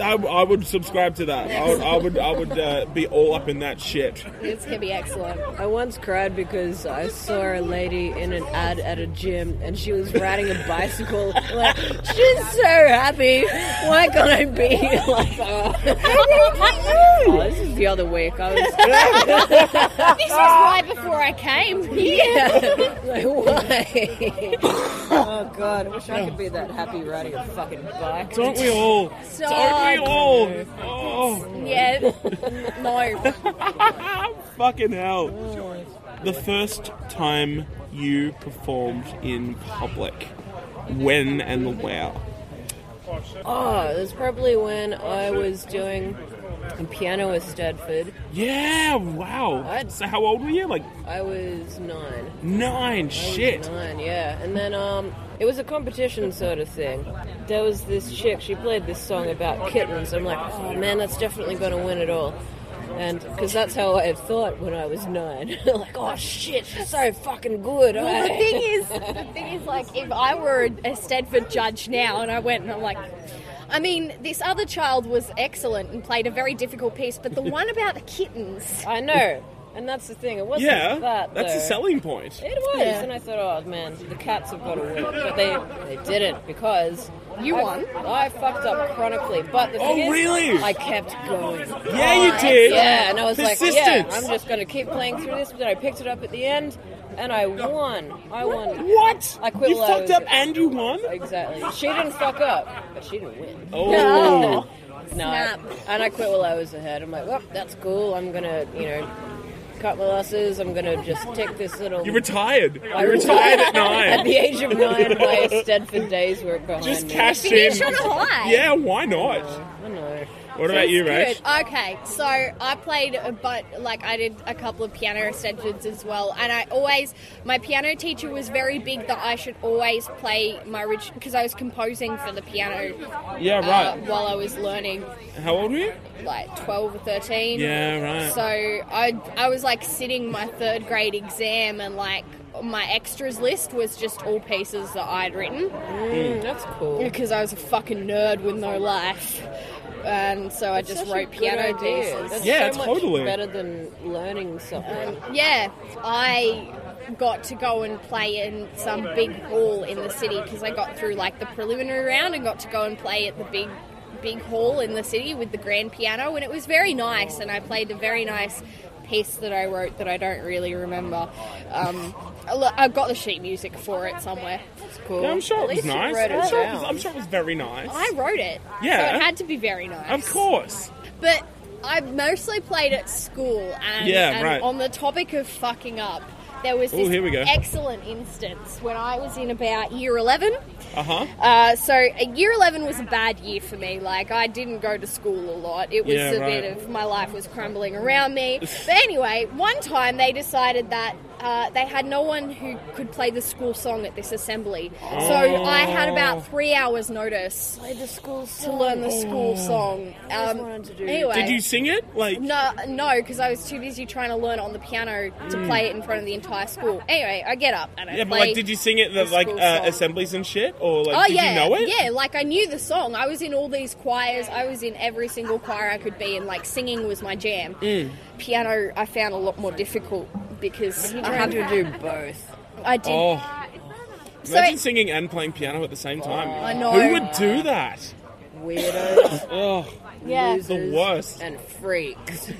[SPEAKER 1] I, I would subscribe to that. I would, I would, I would uh, be all up in that shit.
[SPEAKER 3] It's gonna be excellent.
[SPEAKER 4] I once cried because I saw a lady in an ad at a gym and she was riding a bicycle. Like, she's so happy. Why can't I be like that? Oh, this is the other week. I was
[SPEAKER 3] This was right before I came. Yeah.
[SPEAKER 4] like, why? oh, God. I wish I could be that happy riding a fucking bike.
[SPEAKER 1] Don't we all? Don't we
[SPEAKER 3] Stop.
[SPEAKER 1] all? Oh,
[SPEAKER 3] Yeah. No.
[SPEAKER 1] fucking hell! The first time you performed in public, when and where?
[SPEAKER 4] Oh, it was probably when I was doing piano at Stedford.
[SPEAKER 1] Yeah, wow.
[SPEAKER 4] What?
[SPEAKER 1] So how old were you? Like
[SPEAKER 4] I was nine.
[SPEAKER 1] nine. Shit.
[SPEAKER 4] Nine, yeah. And then um, it was a competition sort of thing. There was this chick. She played this song about kittens. I'm like, oh man, that's definitely gonna win it all. And because that's how I thought when I was nine. like, oh shit, she's so fucking good.
[SPEAKER 3] Well, the
[SPEAKER 4] eh?"
[SPEAKER 3] thing is, the thing is, like, if I were a Stanford judge now, and I went and I'm like, I mean, this other child was excellent and played a very difficult piece, but the one about the kittens.
[SPEAKER 4] I know. And that's the thing. It wasn't
[SPEAKER 1] Yeah,
[SPEAKER 4] that.
[SPEAKER 1] that's a
[SPEAKER 4] though.
[SPEAKER 1] selling point.
[SPEAKER 4] It was,
[SPEAKER 3] Yeah.
[SPEAKER 4] and I thought, oh man, the cats have got to win, but they they didn't because
[SPEAKER 3] You
[SPEAKER 4] I,
[SPEAKER 3] won.
[SPEAKER 4] I fucked up chronically, but the
[SPEAKER 1] Oh,
[SPEAKER 4] thing is,
[SPEAKER 1] really?
[SPEAKER 4] I kept going.
[SPEAKER 1] Yeah, you did.
[SPEAKER 4] Yeah, and I was like, yeah,
[SPEAKER 1] Persistence.
[SPEAKER 4] I'm just gonna keep playing through this. But then I picked it up at the end, and I won. I won.
[SPEAKER 1] What?
[SPEAKER 4] I quit
[SPEAKER 1] You
[SPEAKER 4] while I
[SPEAKER 1] fucked
[SPEAKER 4] was-
[SPEAKER 1] up and you won.
[SPEAKER 4] Exactly. She didn't fuck up, but she didn't win.
[SPEAKER 1] Oh.
[SPEAKER 3] No.
[SPEAKER 4] No, I-
[SPEAKER 3] Snap.
[SPEAKER 4] and I quit while I was ahead. I'm like, well, that's cool. I'm gonna, you know, cut my losses. I'm gonna just take this little.
[SPEAKER 1] You retired.
[SPEAKER 4] I
[SPEAKER 1] You retired at
[SPEAKER 4] At
[SPEAKER 1] nine.
[SPEAKER 4] the age of nine, my Stedford days were behind
[SPEAKER 1] Just
[SPEAKER 4] me.
[SPEAKER 1] cashed in.
[SPEAKER 3] Finish on a high.
[SPEAKER 1] Yeah, why not?
[SPEAKER 4] I know.
[SPEAKER 1] What about you, Rach?
[SPEAKER 3] Good. Okay, so I played, a- but like I did a couple of piano sessions as well, and I always my piano teacher was very big that I should always play my original because I was composing for the piano
[SPEAKER 1] Yeah,
[SPEAKER 3] uh,
[SPEAKER 1] right.
[SPEAKER 3] while I was learning,
[SPEAKER 4] um,
[SPEAKER 1] How old were you?
[SPEAKER 3] like twelve or thirteen.
[SPEAKER 1] Yeah, right.
[SPEAKER 3] So I I was like sitting my third grade exam and like my extras list was just all pieces that I'd written
[SPEAKER 1] Hmm.
[SPEAKER 4] Mm, that's cool.
[SPEAKER 3] because I was a fucking nerd with no life. And so I just
[SPEAKER 4] Such a
[SPEAKER 3] wrote
[SPEAKER 4] good
[SPEAKER 3] piano
[SPEAKER 4] idea.
[SPEAKER 3] pieces.
[SPEAKER 4] That's
[SPEAKER 1] Yeah,
[SPEAKER 4] so much
[SPEAKER 1] totally.
[SPEAKER 4] better than learning something.
[SPEAKER 3] Yeah, I got to go and play in some big hall in the city because I got through like the preliminary round and got to go and play at the big big hall in the city with the grand piano and it was very nice and I played a very nice piece that I wrote that I don't really remember. Um, look, I've got the sheet music for it somewhere.
[SPEAKER 4] It's cool.
[SPEAKER 1] Yeah, I'm sure
[SPEAKER 4] At
[SPEAKER 1] it was
[SPEAKER 4] least you
[SPEAKER 1] nice.
[SPEAKER 4] wrote it
[SPEAKER 1] I'm sure it was,
[SPEAKER 4] down.
[SPEAKER 1] I'm sure it was very nice.
[SPEAKER 3] I wrote it.
[SPEAKER 1] Yeah.
[SPEAKER 3] So it had to be very nice.
[SPEAKER 1] Of course.
[SPEAKER 3] But I mostly played at school, and,
[SPEAKER 1] Yeah,
[SPEAKER 3] and
[SPEAKER 1] right.
[SPEAKER 3] on the topic of fucking up, there was
[SPEAKER 1] Ooh,
[SPEAKER 3] this
[SPEAKER 1] here we go.
[SPEAKER 3] excellent instance when I was in about year 11.
[SPEAKER 1] Uh huh.
[SPEAKER 3] Uh, so uh, year 11 was a bad year for me. Like, I didn't go to school a lot. It was
[SPEAKER 1] Yeah,
[SPEAKER 3] a
[SPEAKER 1] right.
[SPEAKER 3] bit of my life was crumbling around me. But anyway, one time they decided that uh, they had no one who could play the school song at this assembly. So I had
[SPEAKER 1] Oh.
[SPEAKER 3] about three hours' notice
[SPEAKER 4] Played the school
[SPEAKER 3] to
[SPEAKER 4] song.
[SPEAKER 3] learn the school song. Um,
[SPEAKER 4] wanted to do-
[SPEAKER 3] anyway,
[SPEAKER 1] Did you sing it? Like,
[SPEAKER 3] no, no, because I was too busy trying to learn on the piano to play it in front of the entire school. Anyway, I get up and I
[SPEAKER 1] Mm. yeah, but
[SPEAKER 3] play.
[SPEAKER 1] like, did you sing it at
[SPEAKER 3] the
[SPEAKER 1] like
[SPEAKER 3] school
[SPEAKER 1] uh,
[SPEAKER 3] song.
[SPEAKER 1] assemblies and shit, or like,
[SPEAKER 3] Oh
[SPEAKER 1] did
[SPEAKER 3] yeah,
[SPEAKER 1] you know it?
[SPEAKER 3] yeah. Like I knew the song. I was in all these choirs. I was in every single choir I could be in. Like singing was my jam.
[SPEAKER 1] Mm.
[SPEAKER 3] Piano, I found a lot more difficult because I
[SPEAKER 4] Trying
[SPEAKER 3] had
[SPEAKER 4] to do both.
[SPEAKER 3] I did.
[SPEAKER 1] Oh,
[SPEAKER 3] so
[SPEAKER 1] imagine
[SPEAKER 3] it-
[SPEAKER 1] singing and playing piano at the same time.
[SPEAKER 3] I know.
[SPEAKER 1] Who would do that?
[SPEAKER 4] Weirdos,
[SPEAKER 1] Oh,
[SPEAKER 3] yeah.
[SPEAKER 1] the
[SPEAKER 4] losers,
[SPEAKER 1] worst.
[SPEAKER 4] and freaks.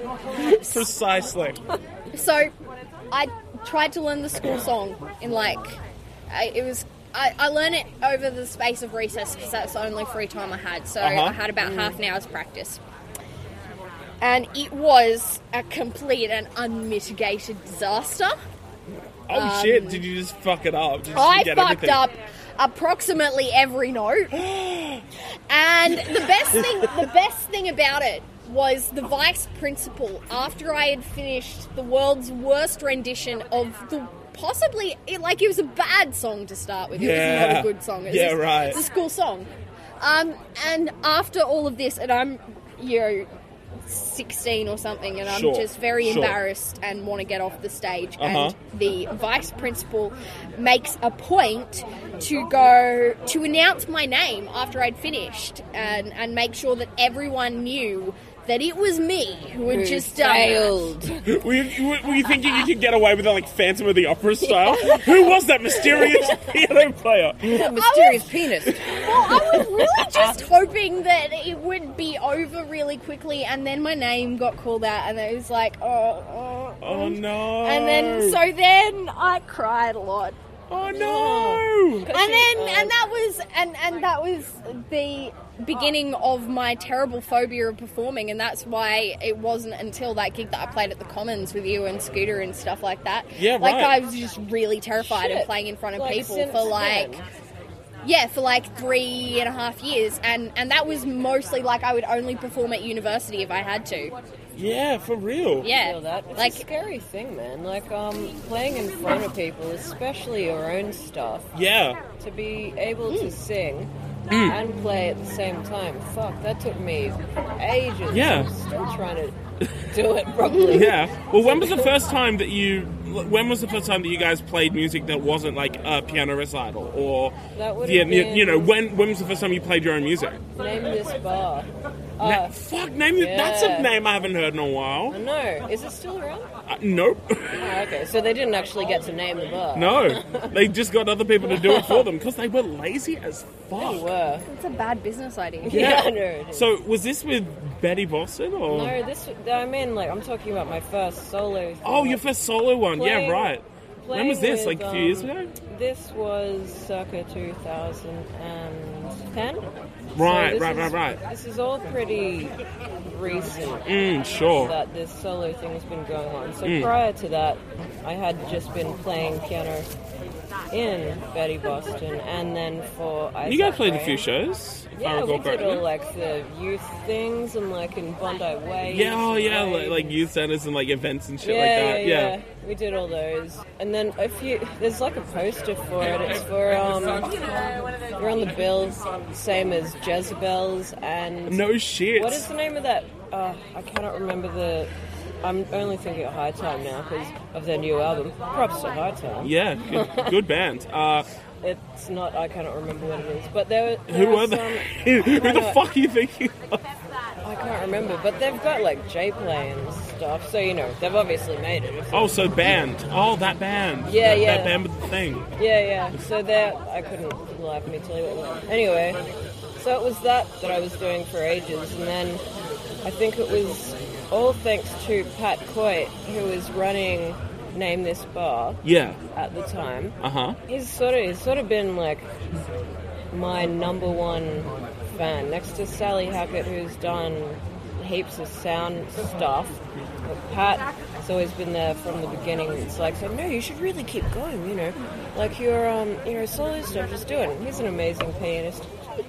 [SPEAKER 1] Precisely.
[SPEAKER 3] So I tried to learn the school song in like I, it was. I, I learned it over the space of recess because that's the only free time I had. So
[SPEAKER 1] Uh-huh.
[SPEAKER 3] I had about half an hour's practice. And it was a complete and unmitigated disaster.
[SPEAKER 1] Oh shit! Did you just fuck it up? Did you
[SPEAKER 3] Um, I
[SPEAKER 1] forget
[SPEAKER 3] fucked
[SPEAKER 1] everything?
[SPEAKER 3] up approximately every note. and the best thing the best thing about it was the vice principal after I had finished the world's worst rendition of the possibly it, like it was a bad song to start with. It was
[SPEAKER 1] Yeah.
[SPEAKER 3] not a good song. It was
[SPEAKER 1] Yeah,
[SPEAKER 3] just-
[SPEAKER 1] right.
[SPEAKER 3] It's a school song. Um, and after all of this, and I'm you know 16 or something, and I'm
[SPEAKER 1] Sure,
[SPEAKER 3] just very
[SPEAKER 1] sure.
[SPEAKER 3] embarrassed and want to get off the stage
[SPEAKER 1] Uh-huh.
[SPEAKER 3] and the vice principal makes a point to go to announce my name after I'd finished and, and make sure that everyone knew that it was me who had just done that.
[SPEAKER 4] failed.
[SPEAKER 1] Were you, were were you thinking you could get away with it like Phantom of the Opera style? Who was that mysterious piano player?
[SPEAKER 4] A mysterious penis.
[SPEAKER 3] Well, I was really just hoping that it would be over really quickly, and then my name got called out, and it was like, oh, oh,
[SPEAKER 1] Oh no!
[SPEAKER 3] And then, so then I cried a lot.
[SPEAKER 1] Oh no!
[SPEAKER 3] and then and that was and and that was the beginning of my terrible phobia of performing and that's why it wasn't until that gig that I played at the Commons with you and Scooter and stuff like that
[SPEAKER 1] Yeah,
[SPEAKER 3] like
[SPEAKER 1] right.
[SPEAKER 3] I was just really terrified of
[SPEAKER 4] Shit.
[SPEAKER 3] playing in front of
[SPEAKER 4] Like,
[SPEAKER 3] people
[SPEAKER 4] since
[SPEAKER 3] for like
[SPEAKER 4] then.
[SPEAKER 3] yeah for like three and a half years and and that was mostly like I would only perform at university if I had to
[SPEAKER 1] Yeah, for real.
[SPEAKER 3] yeah
[SPEAKER 4] feel that. It's
[SPEAKER 3] like
[SPEAKER 4] a scary thing, man. Like um, playing in front of people, especially your own stuff,
[SPEAKER 1] Yeah.
[SPEAKER 4] to be able
[SPEAKER 1] Mm.
[SPEAKER 4] to sing and play at the same time. Fuck, that took me ages.
[SPEAKER 1] Yeah.
[SPEAKER 4] I'm still trying to do it properly.
[SPEAKER 1] Yeah. Well, when was the first time that you l- when was the first time that you guys played music that wasn't like a piano recital or
[SPEAKER 4] That would've
[SPEAKER 1] yeah, you-
[SPEAKER 4] been-
[SPEAKER 1] you know when when was the first time you played your own music?
[SPEAKER 4] Name this bar.
[SPEAKER 1] Na-
[SPEAKER 4] Uh,
[SPEAKER 1] fuck name it that's a
[SPEAKER 4] yeah.
[SPEAKER 1] name I haven't heard in a while.
[SPEAKER 4] no, is it still around?
[SPEAKER 1] Uh, nope,
[SPEAKER 4] Oh, okay, so they didn't actually get to name the bar.
[SPEAKER 1] no, they just got other people to do it for them because they were lazy as
[SPEAKER 4] They
[SPEAKER 1] fuck.
[SPEAKER 4] were.
[SPEAKER 3] It's a bad business idea.
[SPEAKER 1] Yeah.
[SPEAKER 4] Oh, Yeah, no. it is.
[SPEAKER 1] So was this with Betty Boston or?
[SPEAKER 4] No, this. I mean, like, I'm talking about my first solo. thing,
[SPEAKER 1] Oh,
[SPEAKER 4] like,
[SPEAKER 1] your first solo one. yeah,
[SPEAKER 4] playing-
[SPEAKER 1] right. When
[SPEAKER 4] playing
[SPEAKER 1] was this?
[SPEAKER 4] with,
[SPEAKER 1] Like a few years
[SPEAKER 4] um,
[SPEAKER 1] ago?
[SPEAKER 4] This was circa 2010.
[SPEAKER 1] Right,
[SPEAKER 4] this
[SPEAKER 1] right,
[SPEAKER 4] is-
[SPEAKER 1] right, right.
[SPEAKER 4] This is all pretty recent
[SPEAKER 1] Mm, sure. Hmm.
[SPEAKER 4] that this solo thing has been going on. So prior to that, I had just been playing piano in Betty Boston, and then for Isaac
[SPEAKER 1] You guys played a
[SPEAKER 4] Ray-
[SPEAKER 1] few shows, if I
[SPEAKER 4] Yeah, we
[SPEAKER 1] recall
[SPEAKER 4] did
[SPEAKER 1] correctly.
[SPEAKER 4] all like the youth things and like in Bondi Way.
[SPEAKER 1] yeah, oh yeah, like, like
[SPEAKER 4] and-
[SPEAKER 1] youth centers and like events and shit
[SPEAKER 4] yeah,
[SPEAKER 1] like that.
[SPEAKER 4] Yeah,
[SPEAKER 1] Yeah.
[SPEAKER 4] yeah. we did all those, and then a few. There's like a poster for it. It's for um, we're on the bills, same as Jezebel's, and
[SPEAKER 1] No shit.
[SPEAKER 4] what is the name of that? Uh, I cannot remember the. I'm only thinking of High Time now because of their new album. Props to High Time.
[SPEAKER 1] yeah, good, good band. Uh,
[SPEAKER 4] It's not. I cannot remember what it is, but there. there
[SPEAKER 1] who
[SPEAKER 4] are
[SPEAKER 1] are the
[SPEAKER 4] some- Oh
[SPEAKER 1] who
[SPEAKER 4] I
[SPEAKER 1] the
[SPEAKER 4] know-
[SPEAKER 1] fuck are you thinking? Of?
[SPEAKER 4] I can't remember, but they've got like J play and stuff, so you know they've obviously made it. If
[SPEAKER 1] Oh, so band. Oh, that band.
[SPEAKER 4] Yeah,
[SPEAKER 1] that,
[SPEAKER 4] yeah.
[SPEAKER 1] That band with the thing.
[SPEAKER 4] Yeah, yeah. So that I couldn't live me tell you what. it was. Anyway, so it was that that I was doing for ages, and then I think it was all thanks to Pat Coit, who was running Name This Bar
[SPEAKER 1] Yeah.
[SPEAKER 4] at the time.
[SPEAKER 1] Uh huh.
[SPEAKER 4] He's sort of he's sort of been like my number one fan, next to Sally Hackett, who's done heaps of sound stuff. But Pat has always been there from the beginning. It's like, so no, you should really keep going. You know, like your um, you know, solo stuff, just do it. He's an amazing pianist.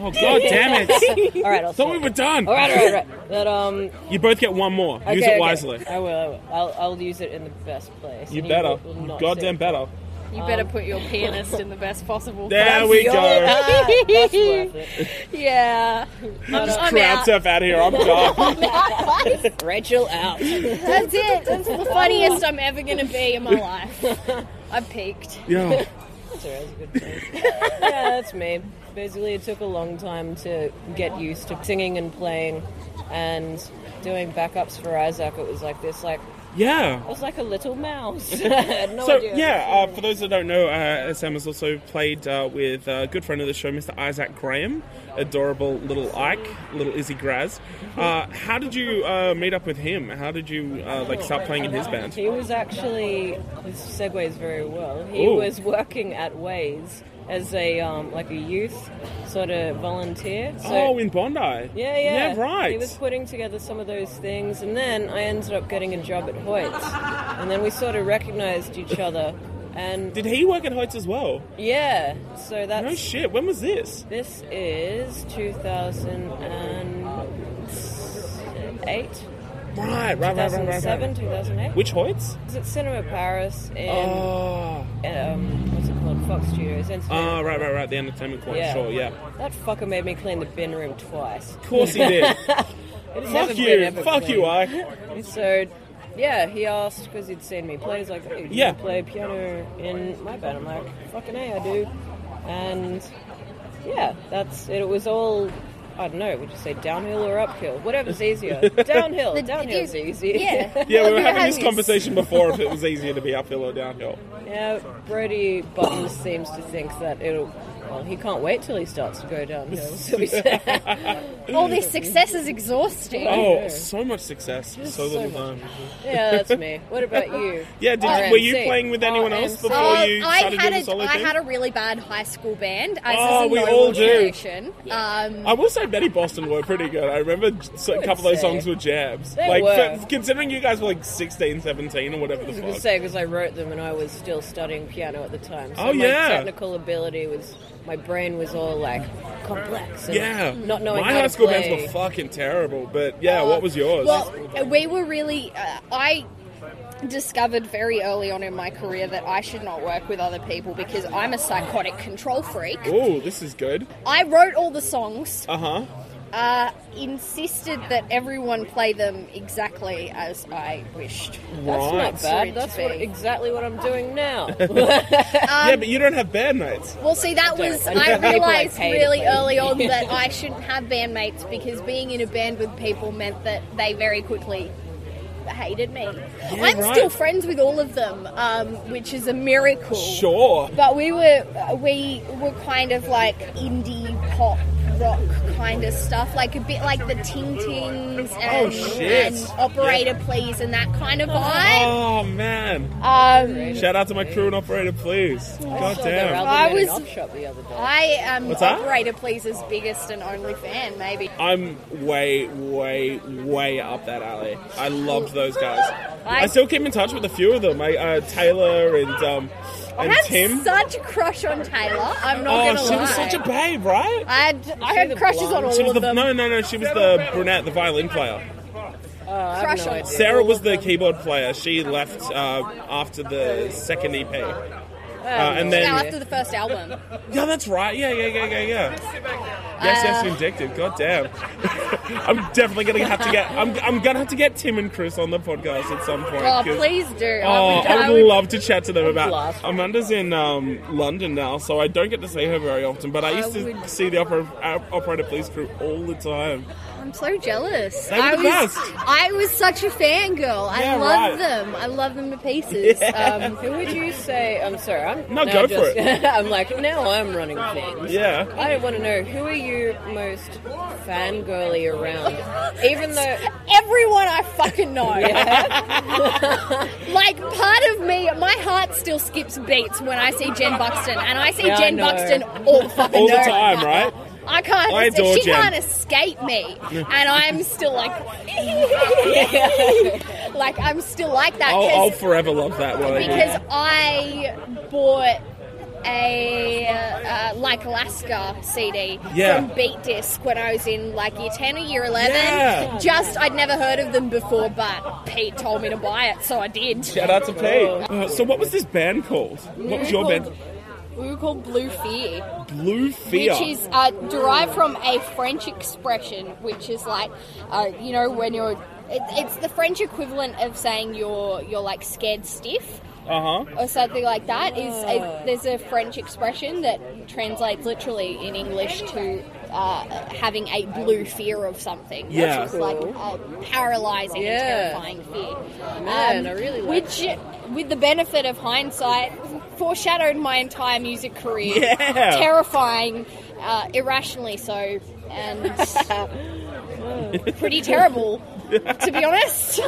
[SPEAKER 1] Oh god damn it!
[SPEAKER 4] All right, I'll
[SPEAKER 1] Thought
[SPEAKER 4] stop.
[SPEAKER 1] we were done.
[SPEAKER 4] All right, all right, all right. But um,
[SPEAKER 1] You both get one more. Use
[SPEAKER 4] okay,
[SPEAKER 1] it
[SPEAKER 4] okay.
[SPEAKER 1] wisely.
[SPEAKER 4] I will. I will. I'll, I'll use it in the best place.
[SPEAKER 1] You
[SPEAKER 4] and
[SPEAKER 1] better.
[SPEAKER 4] will- will not
[SPEAKER 1] Goddamn
[SPEAKER 4] see.
[SPEAKER 1] better.
[SPEAKER 3] You better put your
[SPEAKER 4] Um,
[SPEAKER 3] pianist in the best possible.
[SPEAKER 1] There
[SPEAKER 4] That's
[SPEAKER 1] we
[SPEAKER 4] the
[SPEAKER 1] go.
[SPEAKER 4] only- Ah, that's worth it.
[SPEAKER 3] Yeah. I'm, I'm
[SPEAKER 1] crowd
[SPEAKER 3] out.
[SPEAKER 1] surf out of here. I'm done.
[SPEAKER 4] Rachel out.
[SPEAKER 3] That's it. That's the funniest I'm ever gonna be in my life. I peaked.
[SPEAKER 1] yeah.
[SPEAKER 4] Sorry, that was a good choice. yeah, that's me. Basically, it took a long time to get used to singing and playing and doing backups for Isaac. It was like this, like I
[SPEAKER 1] Yeah.
[SPEAKER 4] was like a little mouse. I had no
[SPEAKER 1] So
[SPEAKER 4] idea.
[SPEAKER 1] yeah, uh, for those that don't know, uh, Sam has also played uh, with a good friend of the show, Mr. Isaac Graham, adorable little Ike, little Izzy Graz. Uh, how did you uh, meet up with him? How did you uh, like start playing in his band?
[SPEAKER 4] He was actually this segues very well. He
[SPEAKER 1] Ooh.
[SPEAKER 4] was working at Waze as a um, like a youth sort of volunteer. So
[SPEAKER 1] Oh, in Bondi.
[SPEAKER 4] Yeah, yeah.
[SPEAKER 1] Yeah, right.
[SPEAKER 4] He was putting together some of those things, and then I ended up getting a job at Hoyt's. And then we sort of recognized each other. And
[SPEAKER 1] Did he work at Heights as well?
[SPEAKER 4] yeah, so that's.
[SPEAKER 1] No shit. When was this?
[SPEAKER 4] this is 2008,
[SPEAKER 1] Right, right, right, right, right,
[SPEAKER 4] 2007,
[SPEAKER 1] right.
[SPEAKER 4] 2008.
[SPEAKER 1] Which Heights?
[SPEAKER 4] was at Cinema Paris in.
[SPEAKER 1] Oh,
[SPEAKER 4] um, what's it called? Fox Studios. And
[SPEAKER 1] oh, right, right, right. The entertainment corner.
[SPEAKER 4] Yeah.
[SPEAKER 1] Sure, yeah.
[SPEAKER 4] That fucker made me clean the bin room twice.
[SPEAKER 1] Of course he did.
[SPEAKER 4] It's
[SPEAKER 1] Fuck
[SPEAKER 4] never been
[SPEAKER 1] you.
[SPEAKER 4] ever
[SPEAKER 1] Fuck
[SPEAKER 4] clean.
[SPEAKER 1] you, Ike.
[SPEAKER 4] So, yeah, he asked because he'd seen me play. He's like, hey, do
[SPEAKER 1] Yeah.
[SPEAKER 4] you play piano in my band? I'm like, fucking A, I do. And yeah, that's it. It was all, I don't know, would you say downhill or uphill? Whatever's easier. downhill.
[SPEAKER 3] The-
[SPEAKER 4] downhill's
[SPEAKER 3] the-
[SPEAKER 4] easy.
[SPEAKER 3] Yeah.
[SPEAKER 1] Yeah, we were
[SPEAKER 3] You're
[SPEAKER 1] having this
[SPEAKER 3] having
[SPEAKER 1] conversation before if it was easier to be uphill or downhill.
[SPEAKER 4] yeah, Brody Buttons seems to think that it'll. Well, he can't wait till he starts to go downhill. So he said,
[SPEAKER 3] All this success is exhausting.
[SPEAKER 1] Oh, so much success, so
[SPEAKER 4] so
[SPEAKER 1] little
[SPEAKER 4] much.
[SPEAKER 1] time.
[SPEAKER 4] "Yeah, that's me." What about you?
[SPEAKER 1] Yeah, did you,
[SPEAKER 4] RMC.
[SPEAKER 1] were you playing with anyone else
[SPEAKER 4] RMC.
[SPEAKER 1] before you
[SPEAKER 3] Oh, Uh, I
[SPEAKER 1] started
[SPEAKER 3] had
[SPEAKER 1] doing the
[SPEAKER 3] a,
[SPEAKER 1] solo
[SPEAKER 3] I
[SPEAKER 1] thing?
[SPEAKER 3] had a really bad high school band. I
[SPEAKER 1] Oh,
[SPEAKER 3] was
[SPEAKER 1] we
[SPEAKER 3] a
[SPEAKER 1] all
[SPEAKER 3] noble
[SPEAKER 1] do.
[SPEAKER 3] generation. Um,
[SPEAKER 1] I will say Betty Boston were pretty good. I remember j- so- a
[SPEAKER 4] would
[SPEAKER 1] couple of those
[SPEAKER 4] say.
[SPEAKER 1] songs were jabs.
[SPEAKER 4] They
[SPEAKER 1] like
[SPEAKER 4] were.
[SPEAKER 1] For, considering you guys were like 16, 17 or whatever the
[SPEAKER 4] I was gonna
[SPEAKER 1] fuck.
[SPEAKER 4] say because I wrote them and I was still studying piano at the time. So
[SPEAKER 1] Oh,
[SPEAKER 4] my
[SPEAKER 1] yeah.
[SPEAKER 4] technical ability was my brain was all like complex. And
[SPEAKER 1] Yeah.
[SPEAKER 4] not knowing
[SPEAKER 1] My
[SPEAKER 4] how
[SPEAKER 1] high
[SPEAKER 4] to
[SPEAKER 1] school
[SPEAKER 4] play.
[SPEAKER 1] bands were fucking terrible, but yeah, Oh, what was yours?
[SPEAKER 3] Well, we were really. Uh, I discovered very early on in my career that I should not work with other people because I'm a psychotic control freak.
[SPEAKER 1] oh, this is good.
[SPEAKER 3] I wrote all the songs.
[SPEAKER 1] Uh huh.
[SPEAKER 3] uh, insisted that everyone play them exactly as I wished.
[SPEAKER 4] That's
[SPEAKER 1] Right.
[SPEAKER 4] not
[SPEAKER 3] Sorry
[SPEAKER 4] bad.
[SPEAKER 3] to
[SPEAKER 4] That's what,
[SPEAKER 3] be.
[SPEAKER 4] exactly what I'm doing now.
[SPEAKER 1] yeah, but you don't have band nights.
[SPEAKER 3] Well, see, that was
[SPEAKER 4] I
[SPEAKER 3] I
[SPEAKER 4] don't think
[SPEAKER 3] realized
[SPEAKER 4] people are paid to
[SPEAKER 3] really
[SPEAKER 4] play.
[SPEAKER 3] early on that I shouldn't have bandmates because being in a band with people meant that they very quickly hated me. I'm
[SPEAKER 1] right.
[SPEAKER 3] still friends with all of them, um, which is a miracle.
[SPEAKER 1] Sure.
[SPEAKER 3] But we were we were kind of like indie pop rock kind of stuff, like a bit like the Ting Tings and,
[SPEAKER 1] Oh, shit.
[SPEAKER 3] and Operator Please and that kind of vibe.
[SPEAKER 1] Oh man.
[SPEAKER 3] Um,
[SPEAKER 1] Shout out to my crew and operator, please. God
[SPEAKER 4] Saw their
[SPEAKER 1] damn.
[SPEAKER 4] album
[SPEAKER 3] I
[SPEAKER 4] at an
[SPEAKER 3] was-
[SPEAKER 4] op shop the other day.
[SPEAKER 3] I am
[SPEAKER 1] What's that?
[SPEAKER 3] Operator Please's biggest and only fan, maybe.
[SPEAKER 1] I'm way, way, way up that alley. I loved those guys. I,
[SPEAKER 3] I-
[SPEAKER 1] still keep in touch with a few of them. I, uh, Taylor and um,
[SPEAKER 3] I
[SPEAKER 1] and
[SPEAKER 3] had
[SPEAKER 1] Tim.
[SPEAKER 3] such a crush on Taylor. I'm not
[SPEAKER 1] oh,
[SPEAKER 3] gonna
[SPEAKER 1] she
[SPEAKER 3] lie.
[SPEAKER 1] was such a babe, right?
[SPEAKER 3] I had, I
[SPEAKER 4] she
[SPEAKER 3] had
[SPEAKER 4] the
[SPEAKER 3] crushes on
[SPEAKER 4] blonde?
[SPEAKER 3] all
[SPEAKER 1] She was the
[SPEAKER 3] of them.
[SPEAKER 1] no, no, no. She was the brunette, the violin player.
[SPEAKER 4] Oh, I have
[SPEAKER 3] Crush
[SPEAKER 4] no
[SPEAKER 3] on
[SPEAKER 4] idea.
[SPEAKER 1] Sarah was the keyboard player. She left uh, after the second EP.
[SPEAKER 3] Oh,
[SPEAKER 1] Uh, and
[SPEAKER 3] No,
[SPEAKER 1] then
[SPEAKER 3] after the first album.
[SPEAKER 1] Yeah, that's right. Yeah, yeah, yeah, yeah, yeah. Yes, yes,
[SPEAKER 3] Uh,
[SPEAKER 1] vindictive. God damn. I'm definitely gonna have to get. I'm, I'm gonna have to get Tim and Chris on the podcast at some point.
[SPEAKER 3] Oh,
[SPEAKER 1] 'cause-
[SPEAKER 3] please do.
[SPEAKER 1] Oh, I would love to chat to them about.
[SPEAKER 4] blast.
[SPEAKER 1] Amanda's in um, London now, so I don't get to see her very often. But I used to
[SPEAKER 3] would-
[SPEAKER 1] see the opera, uh, operator police crew all the time.
[SPEAKER 3] I'm so jealous.
[SPEAKER 1] They were
[SPEAKER 3] I
[SPEAKER 1] the
[SPEAKER 3] was,
[SPEAKER 1] best.
[SPEAKER 3] I was such a fangirl. I
[SPEAKER 1] Yeah,
[SPEAKER 3] love
[SPEAKER 1] right.
[SPEAKER 3] them. I love them to pieces. Um,
[SPEAKER 4] Who would you say? I'm sorry. I'm
[SPEAKER 1] No,
[SPEAKER 4] now
[SPEAKER 1] go for
[SPEAKER 4] just-
[SPEAKER 1] it.
[SPEAKER 4] I'm like now I'm running things.
[SPEAKER 1] Yeah.
[SPEAKER 4] I want to know who are you most fangirly around? Even though
[SPEAKER 3] everyone I fucking know. like part of me, my heart still skips beats when I see Jen Buxton, and I see
[SPEAKER 4] Yeah, I
[SPEAKER 3] Jen
[SPEAKER 4] know.
[SPEAKER 3] Buxton all the fucking
[SPEAKER 1] All the
[SPEAKER 3] day.
[SPEAKER 1] time, right?
[SPEAKER 3] I can't.
[SPEAKER 1] I adore
[SPEAKER 3] she
[SPEAKER 1] Jen.
[SPEAKER 3] can't escape me, and I'm still like, like I'm still like that
[SPEAKER 1] I'll, I'll
[SPEAKER 3] 'cause-
[SPEAKER 1] forever love that one.
[SPEAKER 3] because I bought a uh, like Alaska CD
[SPEAKER 1] Yeah.
[SPEAKER 3] from Beat Disc when I was in like year ten or year eleven.
[SPEAKER 1] Yeah.
[SPEAKER 3] Just I'd never heard of them before, but Pete told me to buy it, so I did.
[SPEAKER 1] Shout out to Pete. Uh, so, what was this band called? What was your band?
[SPEAKER 3] We were called Blue Fear.
[SPEAKER 1] Blue Fear.
[SPEAKER 3] Which is uh, derived from a French expression, which is like, uh, you know, when you're. It, it's the French equivalent of saying you're you're like scared stiff
[SPEAKER 1] uh huh.
[SPEAKER 3] or something like that. Is it, there's a French expression that translates literally in English to uh, having a blue fear of something,
[SPEAKER 1] Yeah.
[SPEAKER 3] which is like a paralyzing
[SPEAKER 4] Yeah. Oh,
[SPEAKER 3] and terrifying fear. Um,
[SPEAKER 4] Man, I really like
[SPEAKER 3] which, with the benefit of hindsight, foreshadowed my entire music career
[SPEAKER 1] Yeah.
[SPEAKER 3] terrifying, uh, irrationally so, and pretty terrible, to be honest.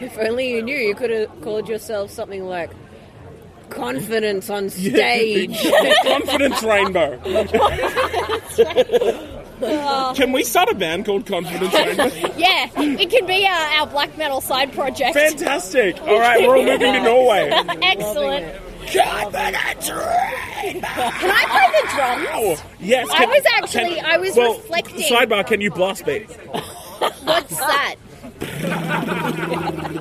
[SPEAKER 4] if only you knew, you could have called yourself something like confidence on stage.
[SPEAKER 1] Confidence Rainbow. Can we start a band called Confidence Rainbow?
[SPEAKER 3] yeah, it can be our, our black metal side project.
[SPEAKER 1] Fantastic. All right, we're all moving to Norway.
[SPEAKER 3] Excellent.
[SPEAKER 1] Confidence Rainbow.
[SPEAKER 3] Can I play the drums?
[SPEAKER 1] Yes.
[SPEAKER 3] I was actually- I was
[SPEAKER 1] well,
[SPEAKER 3] reflecting.
[SPEAKER 1] Sidebar: Can you blast beat
[SPEAKER 3] What's that?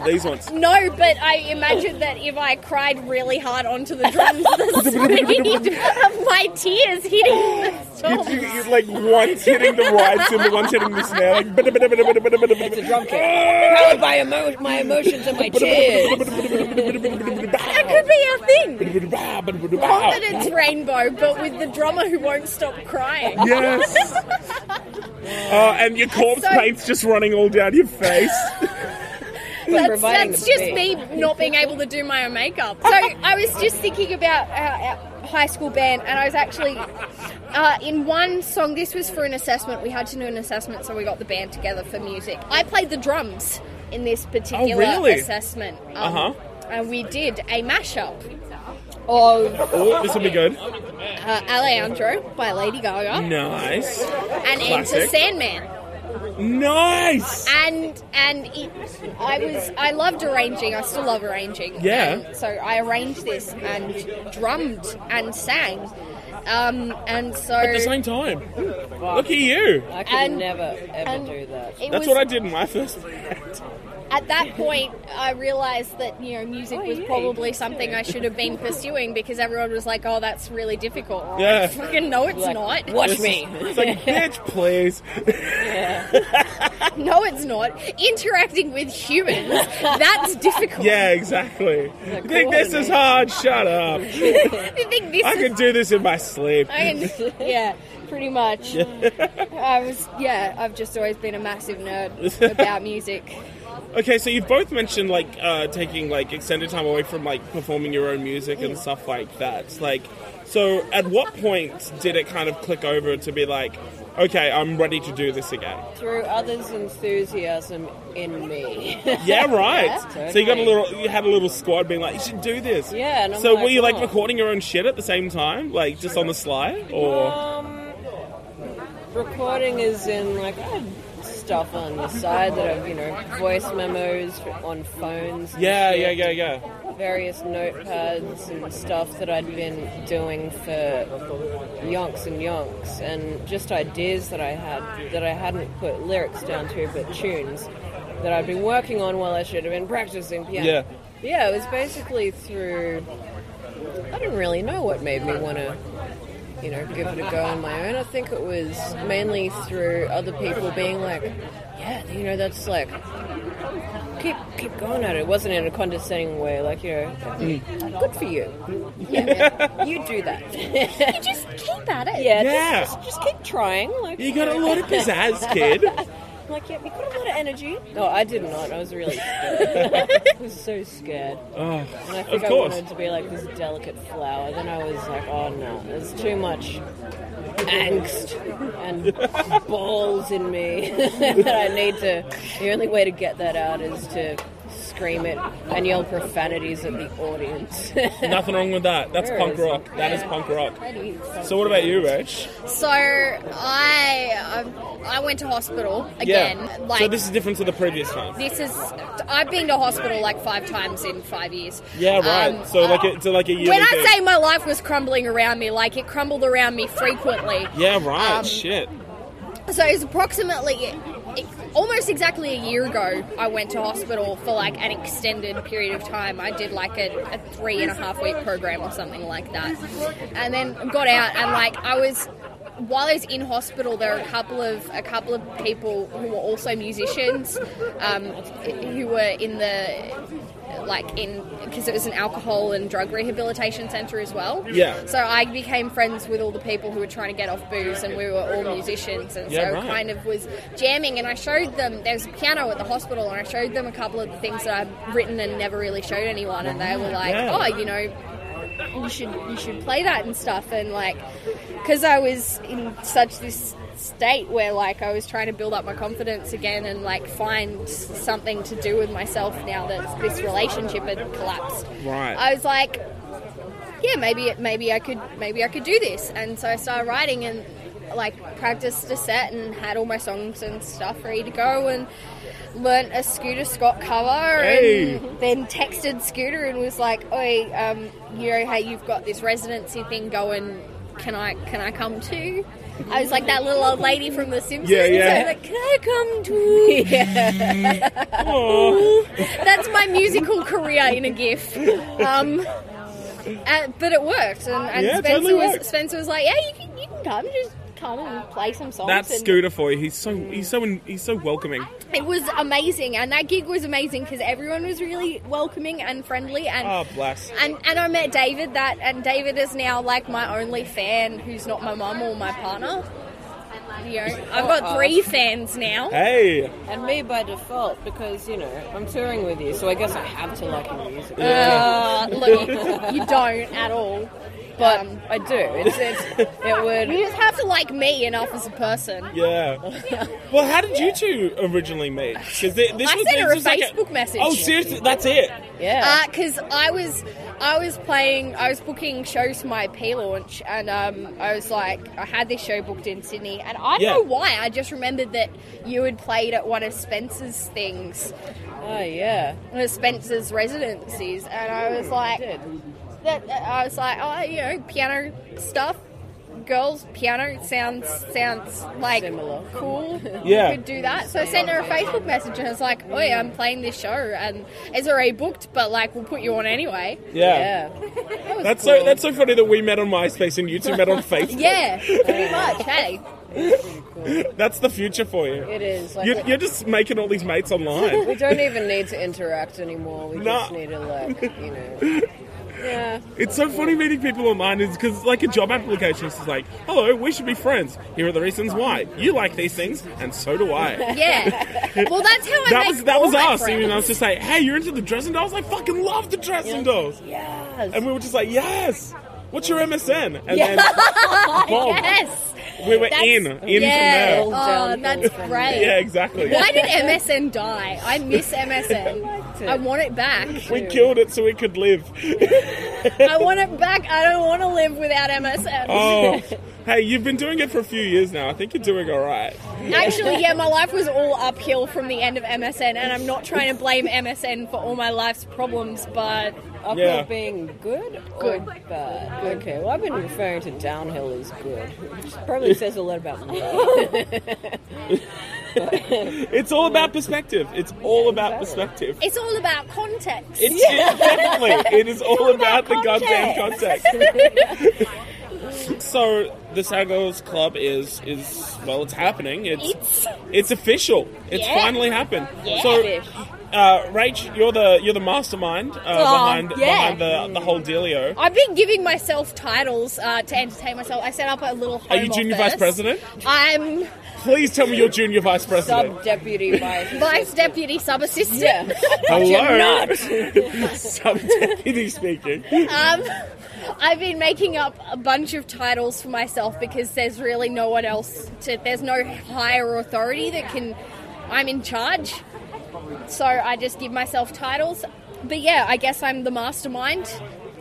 [SPEAKER 1] these ones?
[SPEAKER 3] No, but I imagine that if I cried really hard onto the drums, the speed of my tears hitting the
[SPEAKER 1] You,
[SPEAKER 3] drums.
[SPEAKER 1] you- you- like one's hitting the rights and the one's hitting the snare. Like, it's
[SPEAKER 4] the drum kit. Powered by emo- my emotions and my tears.
[SPEAKER 3] That could be our thing. Confidence rainbow, but with the drummer who won't stop crying.
[SPEAKER 1] Yes. Oh, and your corpse
[SPEAKER 3] So-
[SPEAKER 1] paint's just running all down your face.
[SPEAKER 3] That's,
[SPEAKER 4] providing
[SPEAKER 3] that's
[SPEAKER 4] the
[SPEAKER 3] just me
[SPEAKER 4] space.
[SPEAKER 3] not being able to do my own makeup. So I was just thinking about our, our high school band, and I was actually uh, in one song. This was for an assessment. We had to do an assessment, so we got the band together for music. I played the drums in this particular
[SPEAKER 1] really?
[SPEAKER 3] assessment. Um,
[SPEAKER 1] Uh-huh.
[SPEAKER 3] And we did a mashup of
[SPEAKER 1] Oh, this will be good.
[SPEAKER 3] uh, Alejandro by Lady Gaga
[SPEAKER 1] Nice.
[SPEAKER 3] and Enter
[SPEAKER 1] classic.
[SPEAKER 3] Sandman.
[SPEAKER 1] Nice.
[SPEAKER 3] and and it, I was I loved arranging. I still love arranging.
[SPEAKER 1] Yeah.
[SPEAKER 3] And so I arranged this and drummed and sang, um, and so
[SPEAKER 1] At the same time. Look at you.
[SPEAKER 4] I could
[SPEAKER 3] And-
[SPEAKER 4] never ever
[SPEAKER 3] and
[SPEAKER 4] do that.
[SPEAKER 3] it
[SPEAKER 1] That's
[SPEAKER 3] was,
[SPEAKER 1] what I did in my first band.
[SPEAKER 3] at that point, I realized that you know music
[SPEAKER 4] Oh,
[SPEAKER 3] was
[SPEAKER 4] yeah, you
[SPEAKER 3] probably
[SPEAKER 4] can
[SPEAKER 3] something I should have been pursuing because everyone was like, "Oh, that's really difficult."
[SPEAKER 1] Yeah.
[SPEAKER 3] Like, fucking no, it's
[SPEAKER 4] Like,
[SPEAKER 3] not.
[SPEAKER 4] Watch me.
[SPEAKER 1] It's like, bitch, please.
[SPEAKER 3] No, it's not. Interacting with humans, that's difficult.
[SPEAKER 1] Yeah, exactly. You think this is hard? Shut up.
[SPEAKER 3] You think this
[SPEAKER 1] I
[SPEAKER 3] is
[SPEAKER 1] can do this in my sleep.
[SPEAKER 3] I can, yeah, pretty much. I was, yeah, I've just always been a massive nerd about music.
[SPEAKER 1] Okay, so you've both mentioned like uh, taking like extended time away from like performing your own music and stuff like that. Like, so at what point did it kind of click over to be like, okay, I'm ready to do this again?
[SPEAKER 4] Through others' enthusiasm in me.
[SPEAKER 1] Yeah, right.
[SPEAKER 4] Yeah.
[SPEAKER 1] So you got a
[SPEAKER 4] Totally.
[SPEAKER 1] little, you had a little squad being like, you should do this.
[SPEAKER 4] Yeah, and I'm
[SPEAKER 1] so were
[SPEAKER 4] like,
[SPEAKER 1] you like
[SPEAKER 4] "Oh."
[SPEAKER 1] recording your own shit at the same time, like just on the sly, or
[SPEAKER 4] Um, recording is in like I had stuff on the side that I've you know voice memos on phones. and
[SPEAKER 1] yeah, yeah,
[SPEAKER 4] shit,
[SPEAKER 1] yeah, yeah.
[SPEAKER 4] Various notepads and stuff that I'd been doing for yonks and yonks, and just ideas that I had that I hadn't put lyrics down to, but tunes that I'd been working on while I should have been practicing piano.
[SPEAKER 1] Yeah.
[SPEAKER 4] Yeah, it was basically through. I didn't really know what made me want to, you know, give it a go on my own. I think it was mainly through other people being like, yeah, you know, that's like, keep keep going at it. It wasn't in a condescending way, like, you know, good for you. Yeah, man, you do that.
[SPEAKER 3] You just keep at it.
[SPEAKER 4] yeah,
[SPEAKER 1] Yeah.
[SPEAKER 4] Just, just, just keep trying. Like,
[SPEAKER 1] You got a lot of pizzazz, kid.
[SPEAKER 4] Like, yeah, you got a lot of energy. No, I did not. I was really scared. I was so scared.
[SPEAKER 1] Oh,
[SPEAKER 4] And I
[SPEAKER 1] of
[SPEAKER 4] think I
[SPEAKER 1] course.
[SPEAKER 4] wanted to be like this delicate flower. Then I was like, oh no, there's too much angst and balls in me that I need to. The only way to get that out is to scream it and yell profanities at the audience.
[SPEAKER 1] Nothing wrong with that. That's
[SPEAKER 4] There
[SPEAKER 1] punk
[SPEAKER 4] is.
[SPEAKER 1] rock. That is punk rock. So what about you, Rach?
[SPEAKER 3] So I, um, I went to hospital again. Like
[SPEAKER 1] so this is different to the previous time.
[SPEAKER 3] this is, I've been to hospital like five times in five years.
[SPEAKER 1] Yeah, right.
[SPEAKER 3] Um,
[SPEAKER 1] so like it's like a yearly
[SPEAKER 3] when I
[SPEAKER 1] thing.
[SPEAKER 3] say my life was crumbling around me, like it crumbled around me frequently.
[SPEAKER 1] yeah, right.
[SPEAKER 3] um,
[SPEAKER 1] Shit.
[SPEAKER 3] So it was approximately almost exactly a year ago I went to hospital for like an extended period of time. I did like a, a three and a half week program or something like that. And then got out and like I was while I was in hospital there were a couple of a couple of people who were also musicians um, who were in the like in because it was an alcohol and drug rehabilitation center as well.
[SPEAKER 1] Yeah.
[SPEAKER 3] So I became friends with all the people who were trying to get off booze, and we were all musicians, and
[SPEAKER 1] Yeah,
[SPEAKER 3] so
[SPEAKER 1] right.
[SPEAKER 3] kind of was jamming. And I showed them there was a piano at the hospital, and I showed them a couple of the things that I've written and never really showed anyone, and they were like,
[SPEAKER 1] Yeah.
[SPEAKER 3] "Oh, you know." You should you should play that and stuff and like because I was in such this state where like I was trying to build up my confidence again and like find s- something to do with myself now that this relationship had collapsed.
[SPEAKER 1] Right.
[SPEAKER 3] I was like, yeah, maybe it, maybe I could maybe I could do this, and so I started writing and like practiced a set and had all my songs and stuff ready to go and learnt a Scooter Scott cover
[SPEAKER 1] Hey.
[SPEAKER 3] and then texted Scooter and was like, "Oi, um, you know, hey, you've got this residency thing going. Can I can I come too?" I was like that little old lady from The Simpsons.
[SPEAKER 1] Yeah, yeah.
[SPEAKER 3] I was like, can I come too?
[SPEAKER 1] Aw.
[SPEAKER 3] That's my musical career in a GIF. Um, uh, but it worked, and, and
[SPEAKER 1] Yeah, it
[SPEAKER 3] Spencer
[SPEAKER 1] totally
[SPEAKER 3] was
[SPEAKER 1] worked.
[SPEAKER 3] Spencer was like, "Yeah, you can, you can come, just come and play some songs."
[SPEAKER 1] That's
[SPEAKER 3] and
[SPEAKER 1] Scooter for you. He's so he's so he's so welcoming.
[SPEAKER 3] It was amazing, and that gig was amazing because everyone was really welcoming and friendly, and
[SPEAKER 1] Oh bless.
[SPEAKER 3] and and I met David that, and David is now like my only fan who's not my mum or my partner. You know, I've got three fans now.
[SPEAKER 1] Hey.
[SPEAKER 4] and me by default because, you know, I'm touring with you, so I guess I have to like your music.
[SPEAKER 3] Uh, look, you don't at all, but. Um,
[SPEAKER 4] I do. It's, it's, it would.
[SPEAKER 3] you just have to like me enough as a person.
[SPEAKER 1] Yeah. Well, how did you two originally meet? Because this
[SPEAKER 3] I
[SPEAKER 1] was,
[SPEAKER 3] sent
[SPEAKER 1] this
[SPEAKER 3] her a
[SPEAKER 1] was like
[SPEAKER 3] Facebook message.
[SPEAKER 1] Oh, seriously, that's it.
[SPEAKER 4] Yeah.
[SPEAKER 3] because Uh, I was I was playing I was booking shows for my P launch and um, I was like I had this show booked in Sydney and I don't
[SPEAKER 1] Yeah.
[SPEAKER 3] know why I just remembered that you had played at one of Spencer's things
[SPEAKER 4] oh, yeah.
[SPEAKER 3] one of Spencer's residencies and I was
[SPEAKER 4] I
[SPEAKER 3] like
[SPEAKER 4] did.
[SPEAKER 3] that I was like oh you know piano stuff girls' piano sounds sounds like
[SPEAKER 4] Similar.
[SPEAKER 3] cool.
[SPEAKER 1] Yeah.
[SPEAKER 3] could do that. So I sent her a Facebook message and I was like, "Oi, I'm playing this show and it's already booked, but like we'll put you on anyway."
[SPEAKER 1] yeah.
[SPEAKER 4] Yeah. That was
[SPEAKER 1] That's
[SPEAKER 4] cool.
[SPEAKER 1] so that's so funny that we met on MySpace and you two met on Facebook.
[SPEAKER 3] Yeah, pretty much. Hey,
[SPEAKER 1] That's the future for you.
[SPEAKER 4] It is. Like,
[SPEAKER 1] You're, you're just making all these mates online.
[SPEAKER 4] we don't even need to interact anymore. We
[SPEAKER 1] No.
[SPEAKER 4] just need to, like, you know. Yeah.
[SPEAKER 1] It's so funny meeting people online is because like a job application is just like, hello, we should be friends. Here are the reasons why you like these things, and so do I.
[SPEAKER 3] yeah. Well, that's how I
[SPEAKER 1] That
[SPEAKER 3] make
[SPEAKER 1] was that
[SPEAKER 3] all
[SPEAKER 1] was
[SPEAKER 3] my
[SPEAKER 1] us.
[SPEAKER 3] friends.
[SPEAKER 1] And I was just like, hey, you're into the dressing dolls? I fucking love the dressing dolls.
[SPEAKER 4] Yes.
[SPEAKER 1] And we were just like, yes. What's your MSN? And then boom,
[SPEAKER 3] yes.
[SPEAKER 1] we were
[SPEAKER 3] That's-
[SPEAKER 1] in, in
[SPEAKER 3] yeah.
[SPEAKER 1] from there.
[SPEAKER 3] Oh,
[SPEAKER 4] Downhill
[SPEAKER 3] that's
[SPEAKER 4] from
[SPEAKER 3] great.
[SPEAKER 1] Yeah, exactly.
[SPEAKER 3] Why did MSN die? I miss MSN. I want it back.
[SPEAKER 1] We killed it so we could live.
[SPEAKER 3] I want it back. I don't want to live without MSN.
[SPEAKER 1] Oh, hey, you've been doing it for a few years now. I think you're doing all right.
[SPEAKER 3] Actually, yeah, my life was all uphill from the end of MSN, and I'm not trying to blame MSN for all my life's problems, but
[SPEAKER 4] Uphill
[SPEAKER 1] Yeah.
[SPEAKER 4] being good?
[SPEAKER 3] Good.
[SPEAKER 4] Or bad? Okay, well, I've been referring to downhill as good, which probably says a lot about me.
[SPEAKER 1] It's all about perspective. It's all about perspective.
[SPEAKER 3] it's all about context.
[SPEAKER 1] It's it- definitely. It is all about the goddamn context. so the Sad Girls Club is is well, it's happening. It's
[SPEAKER 3] It's-
[SPEAKER 1] it's official. It's
[SPEAKER 3] Yeah.
[SPEAKER 1] finally happened.
[SPEAKER 3] Yeah.
[SPEAKER 1] So, uh, Rach, you're the you're the mastermind uh, behind
[SPEAKER 3] yeah.
[SPEAKER 1] behind the the whole dealio.
[SPEAKER 3] I've been giving myself titles uh, to entertain myself. I set up a little
[SPEAKER 1] Are
[SPEAKER 3] home
[SPEAKER 1] you junior
[SPEAKER 3] office.
[SPEAKER 1] vice president?
[SPEAKER 3] I'm
[SPEAKER 1] Please tell me you're junior vice president.
[SPEAKER 4] Sub deputy vice.
[SPEAKER 3] vice deputy sub assistant.
[SPEAKER 4] Yeah.
[SPEAKER 1] Hello.
[SPEAKER 4] You're not.
[SPEAKER 1] Sub deputy speaking.
[SPEAKER 3] Um, I've been making up a bunch of titles for myself because there's really no one else to. There's no higher authority that can. I'm in charge, so I just give myself titles. But yeah, I guess I'm the mastermind.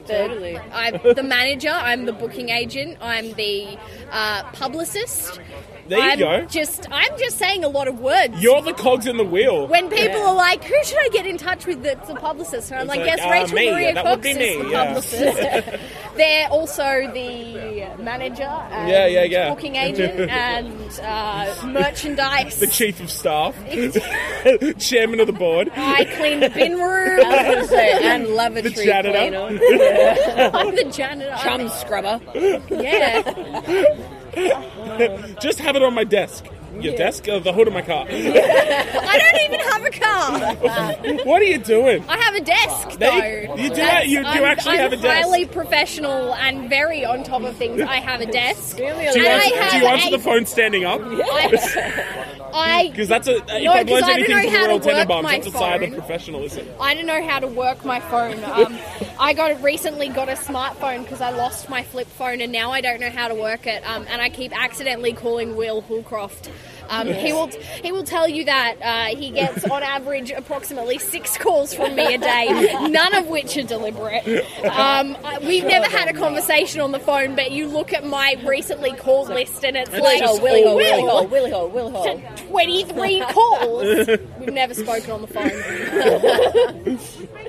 [SPEAKER 3] The,
[SPEAKER 4] Totally.
[SPEAKER 3] I'm the manager. I'm the booking agent. I'm the uh, publicist.
[SPEAKER 1] There you
[SPEAKER 3] I'm
[SPEAKER 1] go.
[SPEAKER 3] Just I'm just saying a lot of words.
[SPEAKER 1] You're the cogs in the wheel.
[SPEAKER 3] when people
[SPEAKER 4] Yeah.
[SPEAKER 3] are like, "Who should I get in touch with?" That's the publicist, and I'm
[SPEAKER 1] It's
[SPEAKER 3] like,
[SPEAKER 1] like,
[SPEAKER 3] "Yes,
[SPEAKER 1] uh,
[SPEAKER 3] Rachel
[SPEAKER 1] me.
[SPEAKER 3] Maria
[SPEAKER 1] That would
[SPEAKER 3] Cox
[SPEAKER 1] be
[SPEAKER 3] is
[SPEAKER 1] me,
[SPEAKER 3] the
[SPEAKER 1] yeah.
[SPEAKER 3] publicist." They're also the manager, and
[SPEAKER 1] Yeah, yeah, yeah.
[SPEAKER 3] booking agent, and uh, merchandise.
[SPEAKER 1] the chief of staff, chairman of the board.
[SPEAKER 3] I clean the bin room.
[SPEAKER 4] I was gonna say, and lavatory
[SPEAKER 1] The janitor.
[SPEAKER 4] cleaner.
[SPEAKER 3] I'm the janitor.
[SPEAKER 4] Chum scrubber.
[SPEAKER 3] Yeah,
[SPEAKER 1] Just have it on my desk. Your desk, uh, the hood of my car.
[SPEAKER 3] I don't even have a car.
[SPEAKER 1] what are you doing?
[SPEAKER 3] I have a
[SPEAKER 1] They-
[SPEAKER 3] desk, though.
[SPEAKER 1] you do
[SPEAKER 3] That's-
[SPEAKER 1] that- you do
[SPEAKER 3] I'm-
[SPEAKER 1] actually
[SPEAKER 3] I'm
[SPEAKER 1] have a desk.
[SPEAKER 3] Highly professional and very on top of things. I have a desk.
[SPEAKER 4] Do you
[SPEAKER 1] Do you
[SPEAKER 3] And
[SPEAKER 1] answer,
[SPEAKER 3] Oh, I have
[SPEAKER 1] do you answer
[SPEAKER 3] a-
[SPEAKER 1] the phone standing up?
[SPEAKER 3] I, I
[SPEAKER 1] Because that's a. uh, If
[SPEAKER 3] No,
[SPEAKER 1] I've learned
[SPEAKER 3] 'cause I don't
[SPEAKER 1] anything
[SPEAKER 3] know
[SPEAKER 1] from
[SPEAKER 3] how to
[SPEAKER 1] Royal
[SPEAKER 3] work
[SPEAKER 1] Tenenbaums,
[SPEAKER 3] my
[SPEAKER 1] that's a sign of
[SPEAKER 3] phone.
[SPEAKER 1] professionalism.
[SPEAKER 3] I don't know how to work my phone. Um, I got recently got a smartphone because I lost my flip phone, and now I don't know how to work it. Um, and I keep accidentally calling Will Hillcroft. Um, he will he will tell you that uh, he gets on average approximately six calls from me a day, none of which are deliberate. Um, I, we've never had a conversation on the phone, but you look at my recently called list, and it's like
[SPEAKER 4] Willy ho, willy ho, willy ho, willy ho, willy ho.
[SPEAKER 3] 23 calls. We've never spoken on the phone.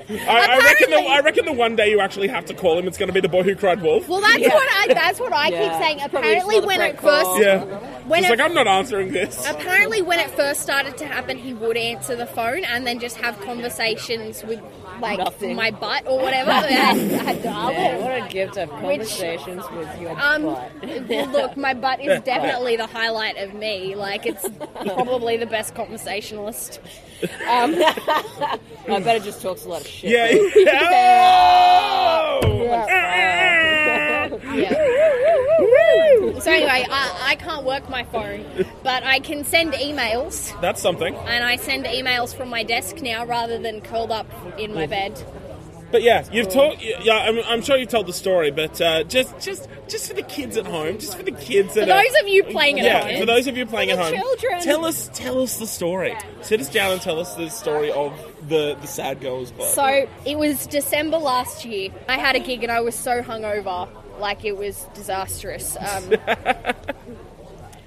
[SPEAKER 1] I, I reckon the
[SPEAKER 3] Apparently-
[SPEAKER 1] I reckon the one day you actually have to call him, it's going to be the boy who cried wolf.
[SPEAKER 3] Well, that's what I that's what I
[SPEAKER 4] Yeah.
[SPEAKER 3] keep saying.
[SPEAKER 4] It's probably just
[SPEAKER 3] Apparently,
[SPEAKER 4] not a
[SPEAKER 3] when
[SPEAKER 4] prank
[SPEAKER 3] it first
[SPEAKER 4] call.
[SPEAKER 1] Yeah,
[SPEAKER 3] when
[SPEAKER 1] he's
[SPEAKER 3] it,
[SPEAKER 1] like "Oh." I'm not answering this.
[SPEAKER 3] apparently when it first started to happen, he would answer the phone and then just have conversations with like
[SPEAKER 4] Nothing.
[SPEAKER 3] my butt or whatever. I had- I had to- I
[SPEAKER 4] Man,
[SPEAKER 3] would-
[SPEAKER 4] what a gift of conversations with your
[SPEAKER 3] um,
[SPEAKER 4] butt.
[SPEAKER 3] well, look, my butt is definitely the highlight of me. Like, it's probably the best conversationalist.
[SPEAKER 4] I bet it just talks a lot of shit.
[SPEAKER 1] Yeah. Oh!
[SPEAKER 3] So anyway, I, I can't work my phone, but I can send emails,
[SPEAKER 1] That's something.
[SPEAKER 3] and I send emails from my desk now rather than curled up in my bed.
[SPEAKER 1] But yeah, you've told. Yeah, I'm, I'm sure you've told the story, but uh, just, just, just for the kids at home, just for the kids.
[SPEAKER 3] For those of you playing at
[SPEAKER 1] yeah,
[SPEAKER 3] home,
[SPEAKER 1] for those of you playing at
[SPEAKER 3] the
[SPEAKER 1] home,
[SPEAKER 3] children.
[SPEAKER 1] tell us, tell us the story. Sit us down and tell us the story of the the sad girls club.
[SPEAKER 3] So it was December last year. I had a gig and I was so hungover, like it was disastrous.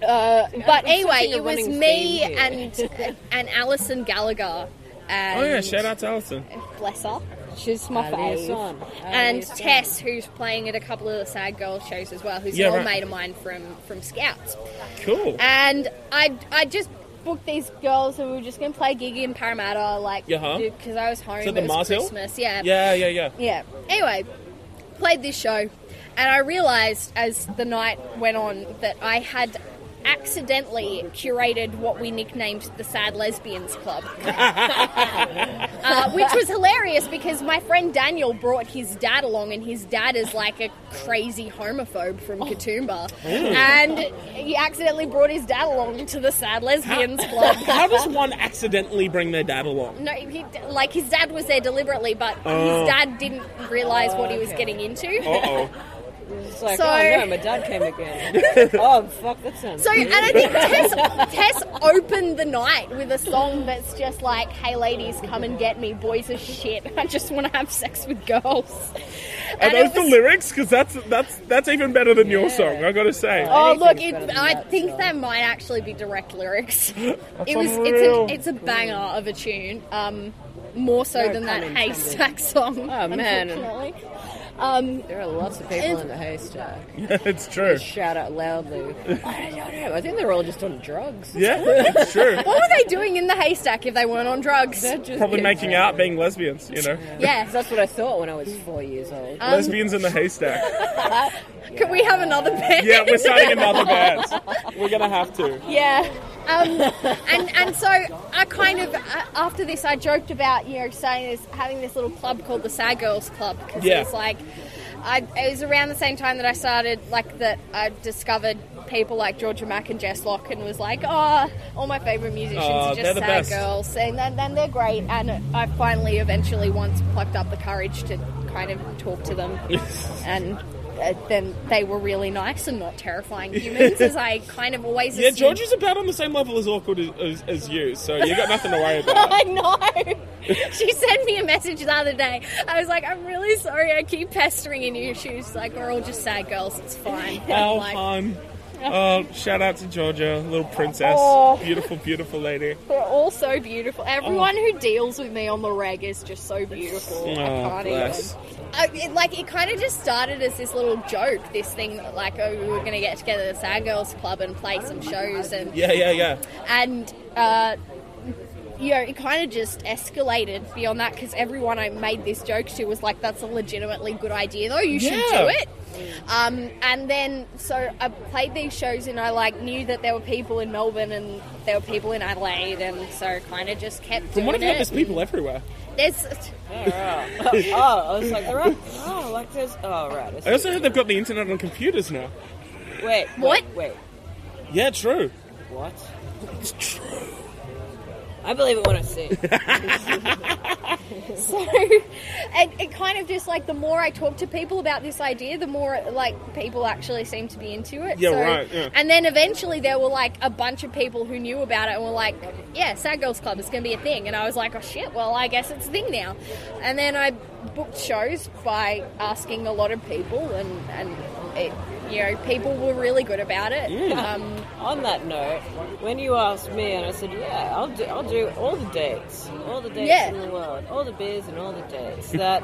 [SPEAKER 3] Um, uh, but anyway,
[SPEAKER 4] a
[SPEAKER 3] it was
[SPEAKER 4] running
[SPEAKER 3] me
[SPEAKER 4] theme here.
[SPEAKER 3] and and Alison Gallagher. and
[SPEAKER 1] Oh yeah, shout out to Alison.
[SPEAKER 3] bless her. She's my
[SPEAKER 4] Alison.
[SPEAKER 3] fave.
[SPEAKER 4] Alison.
[SPEAKER 3] And Tess, who's playing at a couple of the Sad Girl shows as well, who's
[SPEAKER 1] Yeah,
[SPEAKER 3] an old
[SPEAKER 1] right.
[SPEAKER 3] mate of mine from from Scouts.
[SPEAKER 1] Cool.
[SPEAKER 3] And I I just booked these girls and we were just gonna play a gig in Parramatta, like
[SPEAKER 1] Yeah.
[SPEAKER 3] because I was home.
[SPEAKER 1] Is it the
[SPEAKER 3] it was
[SPEAKER 1] Mars Hill?
[SPEAKER 3] Christmas, yeah.
[SPEAKER 1] Yeah, yeah, yeah.
[SPEAKER 3] Yeah. Anyway, played this show, and I realised as the night went on that I had accidentally curated what we nicknamed the Sad Lesbians Club. uh, which was hilarious because my friend Daniel brought his dad along, and his dad is like a crazy homophobe from Katoomba. And he accidentally brought his dad along to the Sad Lesbians Club.
[SPEAKER 1] How does one accidentally bring their dad along?
[SPEAKER 3] No, he, like his dad was there deliberately, but
[SPEAKER 1] Oh.
[SPEAKER 3] his dad didn't realize what he was
[SPEAKER 4] Okay.
[SPEAKER 3] getting into.
[SPEAKER 1] Uh oh.
[SPEAKER 4] It's like,
[SPEAKER 3] So-
[SPEAKER 4] oh no, my dad came again. oh fuck, that sounds.
[SPEAKER 3] So, and I think Tess, Tess opened the night with a song that's just like, "Hey, ladies, come and get me. Boys are shit. I just want to have sex with girls."
[SPEAKER 1] Are
[SPEAKER 3] And it
[SPEAKER 1] those the
[SPEAKER 3] was-
[SPEAKER 1] lyrics? Because that's that's that's even better than your
[SPEAKER 4] Yeah.
[SPEAKER 1] song. I gotta say.
[SPEAKER 3] Oh, look!
[SPEAKER 4] Anything's
[SPEAKER 3] It,
[SPEAKER 4] better than
[SPEAKER 3] I
[SPEAKER 4] that
[SPEAKER 3] think
[SPEAKER 4] song.
[SPEAKER 3] that might actually be direct lyrics. it was.
[SPEAKER 1] unreal.
[SPEAKER 3] It's a. It's a banger of a tune. Um, more so
[SPEAKER 4] No
[SPEAKER 3] than that
[SPEAKER 4] pun intended.
[SPEAKER 3] haystack song.
[SPEAKER 4] Oh, man.
[SPEAKER 3] Unfortunately. Um,
[SPEAKER 4] There are lots of people in the haystack.
[SPEAKER 1] it's true.
[SPEAKER 4] Shout out loudly. I don't know. I think they're all just on drugs.
[SPEAKER 1] Yeah, it's true.
[SPEAKER 3] what were they doing in the haystack if they weren't on drugs?
[SPEAKER 4] They're just
[SPEAKER 1] Probably
[SPEAKER 4] getting
[SPEAKER 1] making
[SPEAKER 4] drunk.
[SPEAKER 1] out, being lesbians. You know,
[SPEAKER 3] Yeah.
[SPEAKER 4] 'Cause That's what I thought when I was four years old.
[SPEAKER 3] Uh,
[SPEAKER 1] lesbians in the haystack.
[SPEAKER 3] Can we have another band?
[SPEAKER 1] Yeah, we're starting another band. We're gonna have to.
[SPEAKER 3] Yeah. Um, and and so I kind of uh, after this I joked about you know saying this having this little club called the Sad Girls Club because
[SPEAKER 1] Yeah.
[SPEAKER 3] it's like I it was around the same time that I started like that I discovered people like Georgia Mack and Jess Locke and was like oh all my favorite musicians
[SPEAKER 1] Aw,
[SPEAKER 3] are
[SPEAKER 1] they're
[SPEAKER 3] just
[SPEAKER 1] the
[SPEAKER 3] sad
[SPEAKER 1] best.
[SPEAKER 3] girls and then then they're great and I finally eventually once plucked up the courage to kind of talk to them and. Uh, then they were really nice and not terrifying humans, as I kind of always
[SPEAKER 1] Yeah,
[SPEAKER 3] assumed.
[SPEAKER 1] Georgia's about on the same level as awkward as, as, as you, so you got nothing to worry about.
[SPEAKER 3] I know. She sent me a message the other day. I was like, I'm really sorry. I keep pestering in you. She was like, we're all just sad girls. It's fine.
[SPEAKER 1] How
[SPEAKER 3] I'm like,
[SPEAKER 1] fun! Oh, shout out to Georgia, little princess,
[SPEAKER 3] Oh.
[SPEAKER 1] beautiful, beautiful lady.
[SPEAKER 3] they're all so beautiful. Everyone who deals with me on the reg is just so beautiful. I
[SPEAKER 1] Oh,
[SPEAKER 3] can't
[SPEAKER 1] bless.
[SPEAKER 3] even. I, it, like it kind of just started as this little joke, this thing that like, oh, we were going to get together at the Sad Girls Club and play some shows and
[SPEAKER 1] Yeah, yeah, yeah.
[SPEAKER 3] and uh, you know it kind of just escalated beyond that because everyone I made this joke to was like that's a legitimately good idea though you should
[SPEAKER 1] Yeah.
[SPEAKER 3] do it um, and then so I played these shows and I like knew that there were people in Melbourne and there were people in Adelaide and so kind of just kept
[SPEAKER 1] From
[SPEAKER 3] doing
[SPEAKER 1] what I've heard,
[SPEAKER 3] it
[SPEAKER 1] there's people everywhere.
[SPEAKER 3] there's
[SPEAKER 4] oh, I was like, all right. Oh, like this. Oh, right.
[SPEAKER 1] I also heard they've got the internet on computers now.
[SPEAKER 4] wait, wait,
[SPEAKER 3] What?
[SPEAKER 4] Wait,
[SPEAKER 1] Yeah, true.
[SPEAKER 4] what? It's true. I believe it when I see it.
[SPEAKER 3] so and it kind of just like the more I talk to people about this idea, the more like people actually seem to be into it.
[SPEAKER 1] Yeah,
[SPEAKER 3] so,
[SPEAKER 1] right, yeah.
[SPEAKER 3] And then eventually there were like a bunch of people who knew about it and were like, "Yeah, Sad Girls Club is going to be a thing." And I was like, "Oh shit! Well, I guess it's a thing now." And then I booked shows by asking a lot of people, and and it, you know people were really good about it.
[SPEAKER 1] Mm.
[SPEAKER 3] Um,
[SPEAKER 4] On that note, when you asked me and I said, yeah, I'll do, I'll do all the dates, all the dates
[SPEAKER 3] Yeah.
[SPEAKER 4] in the world, all the beers and all the dates, that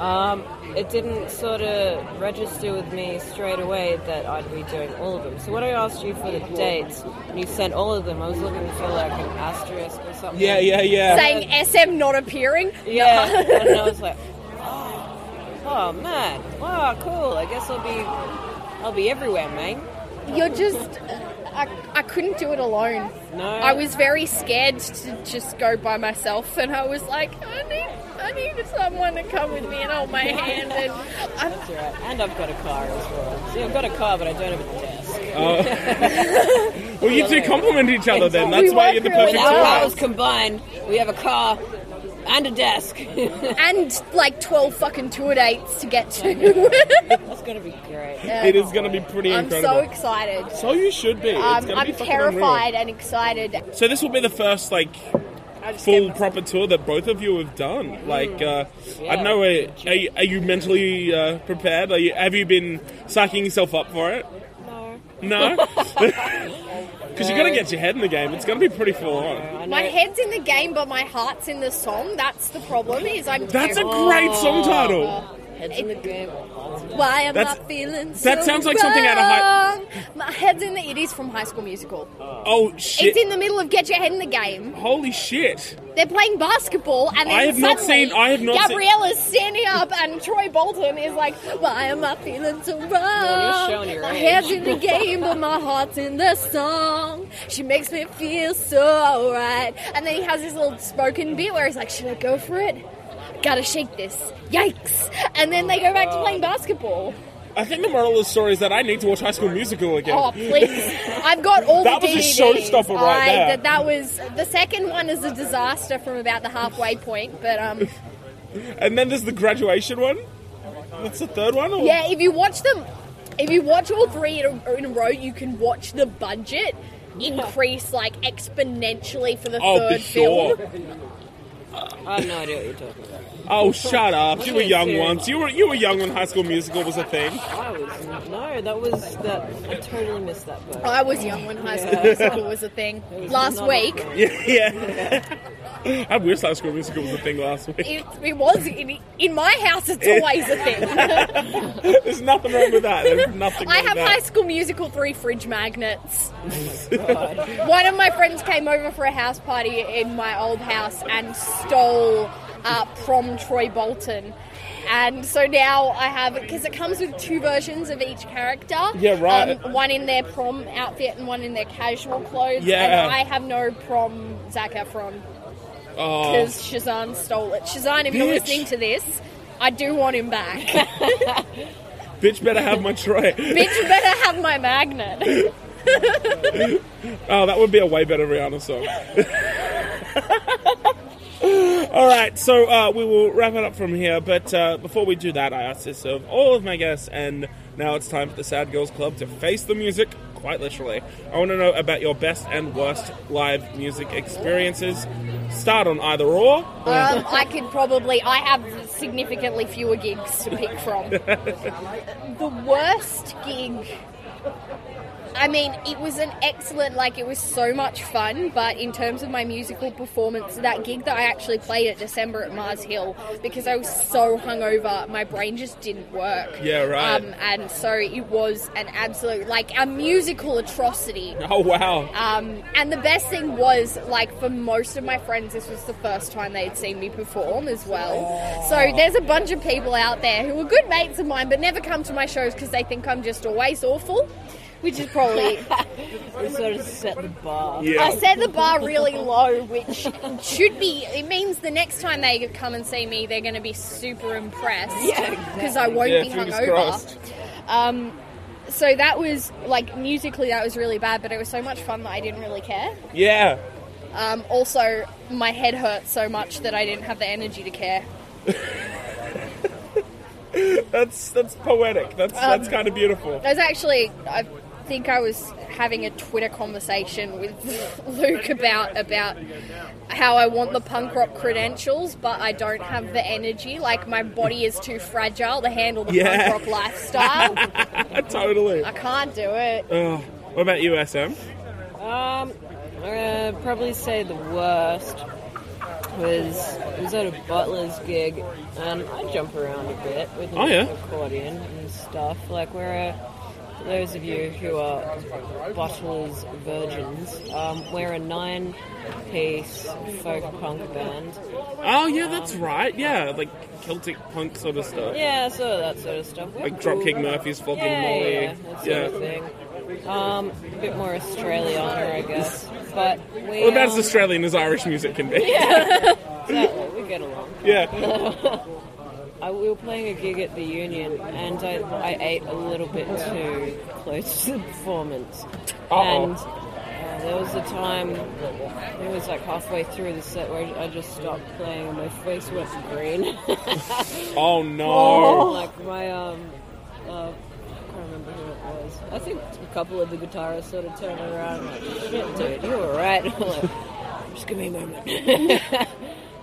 [SPEAKER 4] um, it didn't sort of register with me straight away that I'd be doing all of them. So when I asked you for the dates and you sent all of them, I was looking for like an asterisk or something.
[SPEAKER 1] Yeah, yeah, yeah.
[SPEAKER 3] saying SM not appearing.
[SPEAKER 4] Yeah, and I was like, oh, oh man, wow, cool. I guess I'll be, I'll be everywhere, man.
[SPEAKER 3] You're just. I, I couldn't do it alone.
[SPEAKER 4] No.
[SPEAKER 3] I was very scared to just go by myself, and I was like, I need, I need someone to come with me and hold my hand. And
[SPEAKER 4] That's
[SPEAKER 3] I'm,
[SPEAKER 4] all right. And I've got a car as well. See, I've got a car, but I don't have a desk.
[SPEAKER 1] Well, you two complement each other then.
[SPEAKER 3] We
[SPEAKER 1] That's why
[SPEAKER 3] work
[SPEAKER 1] you're the
[SPEAKER 3] really
[SPEAKER 1] perfect
[SPEAKER 4] Now
[SPEAKER 3] well.
[SPEAKER 1] duo.
[SPEAKER 3] right.
[SPEAKER 4] powers combined, we have a car and a desk.
[SPEAKER 3] and like twelve fucking tour dates to get to.
[SPEAKER 4] That's gonna be great.
[SPEAKER 1] It is going to be pretty
[SPEAKER 3] I'm so
[SPEAKER 1] incredible.
[SPEAKER 3] excited.
[SPEAKER 1] So, you should be. it's
[SPEAKER 3] Um,
[SPEAKER 1] going to be
[SPEAKER 3] I'm
[SPEAKER 1] fucking
[SPEAKER 3] terrified and excited.
[SPEAKER 1] Unreal. So this will be the first like
[SPEAKER 3] I just
[SPEAKER 1] full
[SPEAKER 3] get-
[SPEAKER 1] proper tour that both of you have done. Like, uh, I
[SPEAKER 4] Yeah.
[SPEAKER 1] don't know. Are, are, you, are you mentally uh, prepared? Are you, have you been psyching yourself up for it? No. No. Because you're going to get your head in the game. It's going to be pretty full on.
[SPEAKER 3] My head's in the game, but my heart's in the song. That's the problem. Is I'm
[SPEAKER 1] That's a
[SPEAKER 3] terrible.
[SPEAKER 1] great song title.
[SPEAKER 4] Heads in the game.
[SPEAKER 3] Why am I
[SPEAKER 1] That's-
[SPEAKER 3] feeling so
[SPEAKER 1] that sounds like something out of high-
[SPEAKER 3] wrong? My head's in the. It is from High School Musical.
[SPEAKER 1] Oh, shit.
[SPEAKER 3] It's in the middle of Get Your Head in the Game.
[SPEAKER 1] Holy shit.
[SPEAKER 3] They're playing basketball, and then
[SPEAKER 1] I have not
[SPEAKER 3] suddenly
[SPEAKER 1] seen- I have not seen-
[SPEAKER 3] Gabriella's standing up, and Troy Bolton is like, "Why am I feeling so wrong?
[SPEAKER 4] showing your
[SPEAKER 3] my
[SPEAKER 4] age."
[SPEAKER 3] head's in the game, but my heart's in the song. She makes me feel so alright." And then he has this little spoken bit where he's like, "Should I go for it? Gotta shake this. Yikes!" And then they go back to playing basketball.
[SPEAKER 1] I think the moral of the story is that I need to watch High School Musical again.
[SPEAKER 3] Oh please! I've got all
[SPEAKER 1] That
[SPEAKER 3] the
[SPEAKER 1] was a
[SPEAKER 3] DVDs.
[SPEAKER 1] showstopper right
[SPEAKER 3] I,
[SPEAKER 1] there.
[SPEAKER 3] That, that was the second one is a disaster from about the halfway point, but um,
[SPEAKER 1] and then there's the graduation one. That's the third one? Or?
[SPEAKER 3] yeah. If you watch them, if you watch all three in a, in a row, you can watch the budget increase like exponentially for the
[SPEAKER 1] Oh, for
[SPEAKER 3] third
[SPEAKER 1] sure.
[SPEAKER 3] film.
[SPEAKER 4] I have no idea what you're talking about.
[SPEAKER 1] Oh, shut up. You were
[SPEAKER 4] Yeah,
[SPEAKER 1] young
[SPEAKER 4] seriously.
[SPEAKER 1] once. You were you were young when High School Musical was a thing.
[SPEAKER 4] I was no, that was that. I totally missed that boat.
[SPEAKER 3] I was young when high school musical was a thing. Last
[SPEAKER 4] not
[SPEAKER 3] week,
[SPEAKER 1] Yeah. yeah. I wish High School Musical was a thing last week.
[SPEAKER 3] it, it was in, in my house. It's always a thing.
[SPEAKER 1] There's nothing wrong with that. There's nothing
[SPEAKER 3] I
[SPEAKER 1] wrong
[SPEAKER 3] have
[SPEAKER 1] with that.
[SPEAKER 3] High School Musical 3 fridge magnets. One of my friends came over for a house party in my old house and stole uh, Prom Troy Bolton. And so now I have, because it comes with two versions of each character.
[SPEAKER 1] Yeah, right.
[SPEAKER 3] Um, one in their prom outfit and one in their casual clothes.
[SPEAKER 1] Yeah.
[SPEAKER 3] And I have no prom Zac Efron
[SPEAKER 1] Oh,
[SPEAKER 3] because Shazan stole it. Shazan, if you're
[SPEAKER 1] Bitch.
[SPEAKER 3] listening to this, I do want him back.
[SPEAKER 1] bitch better have my tray.
[SPEAKER 3] Bitch, you better have my magnet.
[SPEAKER 1] Oh, that would be a way better Rihanna song. all right, so uh, we will wrap it up from here. But uh, before we do that, I asked this of all of my guests, and now it's time for the Sad Girls Club to face the music, quite literally. I want to know about your best and worst live music experiences. Start on either or.
[SPEAKER 3] Um, I could probably. I have significantly fewer gigs to pick from. the worst gig. I mean, it was an excellent, like, it was so much fun, but in terms of my musical performance, that gig that I actually played at December at Mars Hill, because I was so hungover, my brain just didn't work.
[SPEAKER 1] Yeah, right.
[SPEAKER 3] Um, and so it was an absolute, like, a musical atrocity.
[SPEAKER 1] Oh, wow.
[SPEAKER 3] Um, and the best thing was, like, for most of my friends, this was the first time they'd seen me perform as well. So there's a bunch of people out there who are good mates of mine, but never come to my shows because they think I'm just always awful, which is probably.
[SPEAKER 4] We sort of set the bar.
[SPEAKER 1] Yeah.
[SPEAKER 3] I set the bar really low, which should be. It means the next time they come and see me, they're going to be super impressed.
[SPEAKER 4] Yeah, exactly.
[SPEAKER 3] Because I won't
[SPEAKER 1] Yeah,
[SPEAKER 3] be
[SPEAKER 1] fingers
[SPEAKER 3] hungover.
[SPEAKER 1] crossed.
[SPEAKER 3] Um, so that was, like, musically, that was really bad, but it was so much fun that I didn't really care.
[SPEAKER 1] Yeah.
[SPEAKER 3] Um, also, my head hurt so much that I didn't have the energy to care.
[SPEAKER 1] That's that's poetic. That's that's
[SPEAKER 3] Um,
[SPEAKER 1] kind of beautiful.
[SPEAKER 3] I was actually, I think I was having a Twitter conversation with Luke about about how I want the punk rock credentials, but I don't have the energy. Like my body is too fragile to handle the
[SPEAKER 1] Yeah.
[SPEAKER 3] punk rock lifestyle.
[SPEAKER 1] totally.
[SPEAKER 3] I can't do it.
[SPEAKER 1] Oh, what about you, SM?
[SPEAKER 4] Um, uh, probably say the worst was it was at a butler's gig, and I jump around a bit with an
[SPEAKER 1] Oh, yeah.
[SPEAKER 4] accordion and stuff. Like we're a, for those of you who are butlers virgins, um, we're a nine-piece folk punk band.
[SPEAKER 1] Oh yeah, that's right. Yeah, like Celtic punk sort of stuff.
[SPEAKER 4] Yeah, sort of that sort of stuff. We're
[SPEAKER 1] Like
[SPEAKER 4] cool.
[SPEAKER 1] Dropkick Murphys, Flogging
[SPEAKER 4] Yeah,
[SPEAKER 1] Molly.
[SPEAKER 4] yeah, that sort of thing. Um, a bit more Australiana, I guess. But we,
[SPEAKER 1] Well, about as
[SPEAKER 4] um,
[SPEAKER 1] Australian as Irish music can be.
[SPEAKER 4] Exactly, we get along.
[SPEAKER 1] Yeah.
[SPEAKER 4] I, we were playing a gig at the Union, and I, I ate a little bit too close to the performance.
[SPEAKER 1] Uh-oh.
[SPEAKER 4] And uh, there was a time, it was like halfway through the set where I just stopped playing, and my face went green.
[SPEAKER 1] Oh no.
[SPEAKER 4] like my um, uh, I can't remember who it was. I think a couple of the guitarists sort of turned around, like, "Shit, dude, you were right." I'm like, just give me a moment. it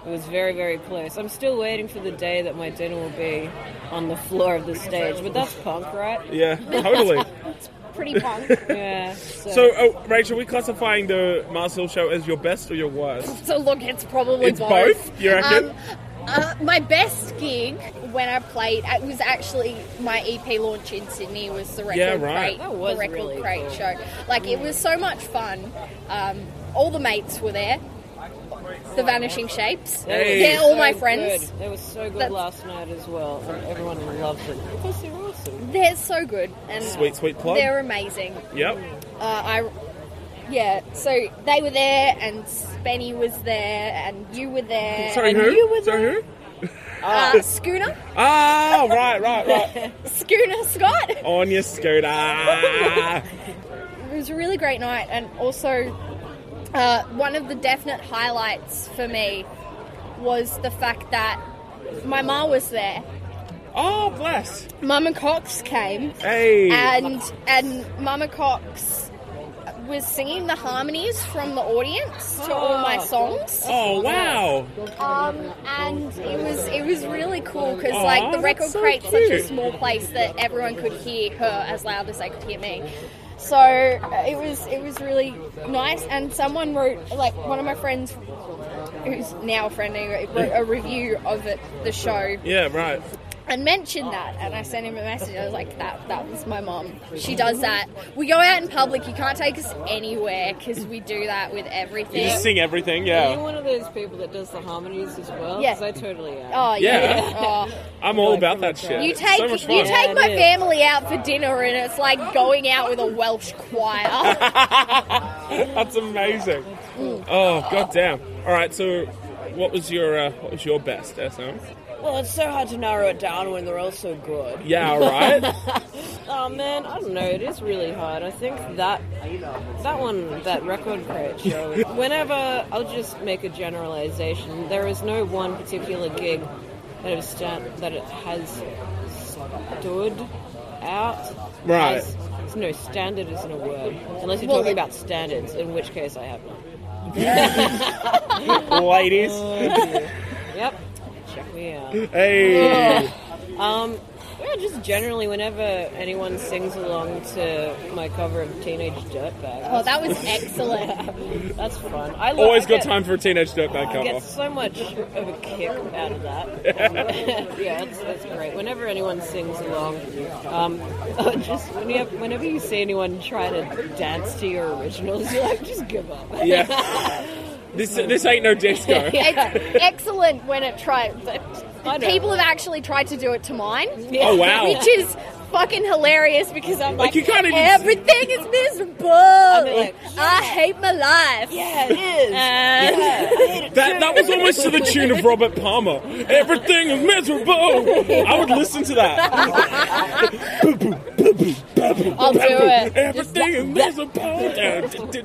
[SPEAKER 4] was very, very close. I'm still waiting for the day that my dinner will be on the floor of the stage, but that's punk, right?
[SPEAKER 1] Yeah, totally.
[SPEAKER 3] pretty punk.
[SPEAKER 4] Yeah. So,
[SPEAKER 1] So, oh, Rachel, are we classifying the Mars Hill show as your best or your worst?
[SPEAKER 3] So look, it's probably
[SPEAKER 1] It's both, you reckon?
[SPEAKER 3] Um, uh, my best gig when I played it was actually my EP launch in Sydney was the record
[SPEAKER 1] Yeah, right.
[SPEAKER 3] crate,
[SPEAKER 4] That was
[SPEAKER 3] the record
[SPEAKER 4] really
[SPEAKER 3] crate
[SPEAKER 4] cool.
[SPEAKER 3] show. Like it was so much fun. Um, all the mates were there. The Vanishing Shapes.
[SPEAKER 1] Hey.
[SPEAKER 3] They're all my
[SPEAKER 4] so
[SPEAKER 3] friends.
[SPEAKER 4] Good. They were so good
[SPEAKER 3] That's-
[SPEAKER 4] last night as well, and everyone loves them because they're awesome.
[SPEAKER 3] They're so good and
[SPEAKER 1] Sweet, sweet plug.
[SPEAKER 3] They're amazing.
[SPEAKER 1] Yep.
[SPEAKER 3] Uh, I. Yeah, so they were there, and Spenny was there, and you were there.
[SPEAKER 1] Sorry,
[SPEAKER 3] Uh, and
[SPEAKER 1] who?
[SPEAKER 3] You were
[SPEAKER 1] Sorry,
[SPEAKER 3] there.
[SPEAKER 1] who?
[SPEAKER 4] Ah.
[SPEAKER 3] Uh, Schooner.
[SPEAKER 1] Oh, right, right, right.
[SPEAKER 3] Schooner Scott.
[SPEAKER 1] On your scooter.
[SPEAKER 3] It was a really great night, and also uh, one of the definite highlights for me was the fact that my ma was there.
[SPEAKER 1] Oh, bless.
[SPEAKER 3] Mama Cox came,
[SPEAKER 1] Hey.
[SPEAKER 3] and and Mama Cox was singing the harmonies from the audience to all my songs.
[SPEAKER 1] oh, wow.
[SPEAKER 3] Um, and it was it was really cool because
[SPEAKER 1] Aw,
[SPEAKER 3] like the
[SPEAKER 1] that's
[SPEAKER 3] record
[SPEAKER 1] so
[SPEAKER 3] crate's such
[SPEAKER 1] cute.
[SPEAKER 3] a small place that everyone could hear her as loud as they could hear me. So uh, it was it was really nice, and someone wrote like one of my friends, who's now a friend, he wrote a review of it, the show,
[SPEAKER 1] Yeah, right.
[SPEAKER 3] and mentioned that. And I sent him a message. I was like, that that was my mom. She does that. We go out in public. You can't take us anywhere because we do that with
[SPEAKER 1] You
[SPEAKER 3] everything.
[SPEAKER 1] just sing everything,
[SPEAKER 4] Are you
[SPEAKER 1] yeah.
[SPEAKER 4] one of those people that does the harmonies as well?
[SPEAKER 3] Yeah.
[SPEAKER 4] 'Cause I totally am.
[SPEAKER 3] Oh yeah.
[SPEAKER 1] Yeah.
[SPEAKER 3] Oh.
[SPEAKER 1] I'm all about that shit.
[SPEAKER 3] You
[SPEAKER 1] It's
[SPEAKER 3] take
[SPEAKER 1] so much
[SPEAKER 3] you
[SPEAKER 1] fun.
[SPEAKER 4] Yeah,
[SPEAKER 3] take my
[SPEAKER 4] it is.
[SPEAKER 3] family out for dinner, and it's like going out with a Welsh choir.
[SPEAKER 1] That's amazing. Oh, goddamn. All right, so what was your uh, what was your best, SM?
[SPEAKER 4] Well, it's so hard to narrow it down when they're all so good.
[SPEAKER 1] Yeah, all right.
[SPEAKER 4] Oh man, I don't know. It is really hard. I think that that one, that record crate show. whenever I'll just make a generalization. There is no one particular gig that has stand, that it has stood out.
[SPEAKER 1] Right.
[SPEAKER 4] as- no, standard isn't a word unless you're
[SPEAKER 3] Well,
[SPEAKER 4] talking
[SPEAKER 3] it-
[SPEAKER 4] about standards, in which case I have none.
[SPEAKER 1] Ladies.
[SPEAKER 4] Yep. Check me out.
[SPEAKER 1] Hey.
[SPEAKER 4] Um, yeah, just generally, whenever anyone sings along to my cover of Teenage Dirtbag,
[SPEAKER 3] oh, that was excellent.
[SPEAKER 4] that's fun. I
[SPEAKER 3] Oh.
[SPEAKER 4] love,
[SPEAKER 1] Always
[SPEAKER 4] I
[SPEAKER 1] got
[SPEAKER 4] get-
[SPEAKER 1] time for a teenage dirtbag
[SPEAKER 4] I get
[SPEAKER 1] cover.
[SPEAKER 4] so much of a kick out of that. yeah, that's, that's great. Whenever anyone sings along, um, just when you have, whenever you see anyone try to dance to your originals, you're like, just give up.
[SPEAKER 1] Yeah. This this ain't no disco.
[SPEAKER 3] It's excellent when it tries.
[SPEAKER 4] I know.
[SPEAKER 3] People have actually tried to do it to mine,
[SPEAKER 1] Oh wow.
[SPEAKER 3] which is fucking hilarious because I'm like,
[SPEAKER 1] Like, you can't even-
[SPEAKER 3] everything is miserable.
[SPEAKER 4] like,
[SPEAKER 3] I hate my life.
[SPEAKER 4] Yeah, it is.
[SPEAKER 3] And-
[SPEAKER 1] That, that was almost to the tune of Robert Palmer. Everything is miserable. I would listen to that.
[SPEAKER 3] I'll do it.
[SPEAKER 1] Everything is miserable.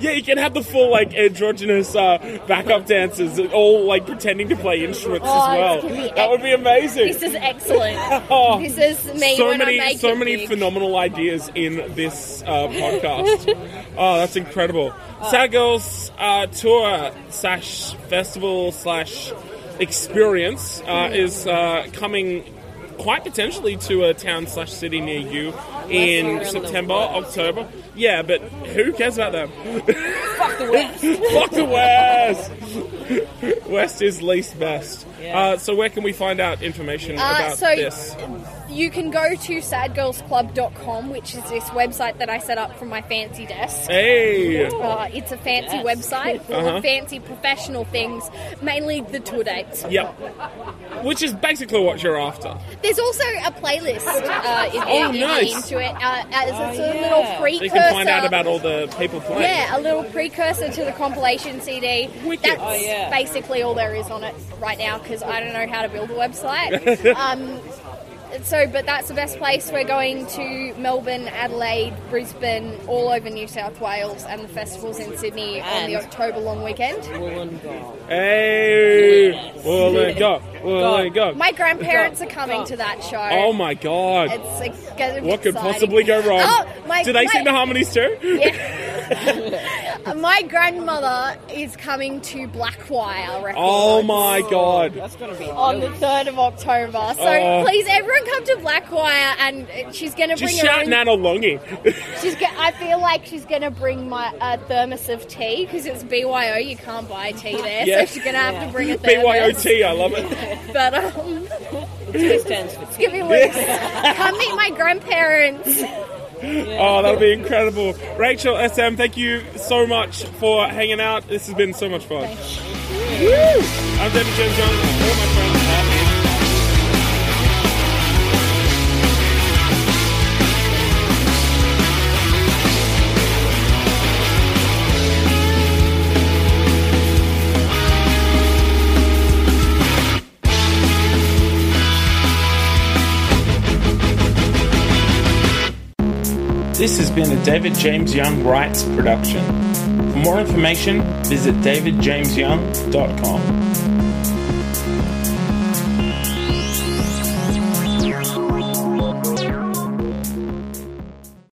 [SPEAKER 1] Yeah, you can have the full like androgynous uh, backup dancers, all like pretending to play instruments
[SPEAKER 3] Oh,
[SPEAKER 1] as
[SPEAKER 3] it's gonna
[SPEAKER 1] well.
[SPEAKER 3] be
[SPEAKER 1] That would be amazing.
[SPEAKER 3] This is excellent.
[SPEAKER 1] Oh,
[SPEAKER 3] This is me
[SPEAKER 1] so
[SPEAKER 3] when
[SPEAKER 1] many,
[SPEAKER 3] I make
[SPEAKER 1] so
[SPEAKER 3] it
[SPEAKER 1] many
[SPEAKER 3] big.
[SPEAKER 1] phenomenal ideas in this uh, podcast. oh, that's incredible. Sad Girls uh, tour slash festival slash experience
[SPEAKER 4] Mm-hmm.
[SPEAKER 1] uh, is uh, coming quite potentially to a town slash city near you in
[SPEAKER 4] around the
[SPEAKER 1] September,
[SPEAKER 4] world.
[SPEAKER 1] October. Yeah, but who cares about them?
[SPEAKER 4] Fuck the West.
[SPEAKER 1] Fuck the West. West is least best.
[SPEAKER 4] Yeah. Uh,
[SPEAKER 1] Uh, so where can we find out information about
[SPEAKER 3] Uh, so
[SPEAKER 1] this?
[SPEAKER 3] you can go to sadgirlsclub.com, which is this website that I set up from my fancy desk.
[SPEAKER 1] Hey.
[SPEAKER 3] Uh, it's a fancy
[SPEAKER 4] Yes.
[SPEAKER 3] website full
[SPEAKER 1] Uh-huh.
[SPEAKER 3] of fancy professional things, mainly the tour dates.
[SPEAKER 1] Yep. Which is basically what you're after.
[SPEAKER 3] There's also a playlist uh, if you're
[SPEAKER 1] Oh,
[SPEAKER 3] really
[SPEAKER 1] nice.
[SPEAKER 3] into it, uh, as it's
[SPEAKER 4] Oh,
[SPEAKER 3] a
[SPEAKER 4] yeah.
[SPEAKER 3] little
[SPEAKER 4] So you
[SPEAKER 3] precursor.
[SPEAKER 1] So you can find out about all the people playing.
[SPEAKER 3] yeah, a little precursor to the compilation CD.
[SPEAKER 1] Wicked.
[SPEAKER 3] That's
[SPEAKER 1] Oh,
[SPEAKER 4] yeah.
[SPEAKER 3] basically all there is on it right now because I don't know how to build a website. um, so, but that's the best place. We're going to Melbourne, Adelaide, Brisbane, all over New South Wales, and the festivals in Sydney on the
[SPEAKER 4] And-
[SPEAKER 3] October long weekend.
[SPEAKER 4] Wollongong.
[SPEAKER 1] Hey.
[SPEAKER 4] Yes.
[SPEAKER 1] Well, there you go. Well, there you go.
[SPEAKER 3] My grandparents are coming to that show.
[SPEAKER 1] Oh my god.
[SPEAKER 3] It's like, gonna be
[SPEAKER 1] What could
[SPEAKER 3] exciting.
[SPEAKER 1] possibly go wrong?
[SPEAKER 3] Oh, my,
[SPEAKER 1] Do they
[SPEAKER 3] my,
[SPEAKER 1] sing the harmonies too?
[SPEAKER 3] Yeah. My grandmother is coming to Blackwire Records.
[SPEAKER 1] Oh my god.
[SPEAKER 4] That's gonna be
[SPEAKER 3] On the
[SPEAKER 4] really-
[SPEAKER 3] 3rd of October. So
[SPEAKER 1] Oh.
[SPEAKER 3] please, everyone come to Blackwire and uh, she's going to bring
[SPEAKER 1] Just
[SPEAKER 3] her
[SPEAKER 1] shout
[SPEAKER 3] own-
[SPEAKER 1] Nana Longing.
[SPEAKER 3] She's. Go- I feel like she's gonna bring my a thermos of tea because it's BYO. You can't buy tea there,
[SPEAKER 1] Yeah.
[SPEAKER 3] so she's gonna have to bring a thermos.
[SPEAKER 1] BYOT, I love it.
[SPEAKER 3] But um,
[SPEAKER 4] This stands for
[SPEAKER 3] give me loose. Come meet my grandparents.
[SPEAKER 1] Oh, that'll be incredible. Rachel SM, thank you so much for hanging out. This has been so much fun. I'm David James Young. All my friends are happy. This has been a David James Young Rights production. For more information, visit davidjamesyoung.com.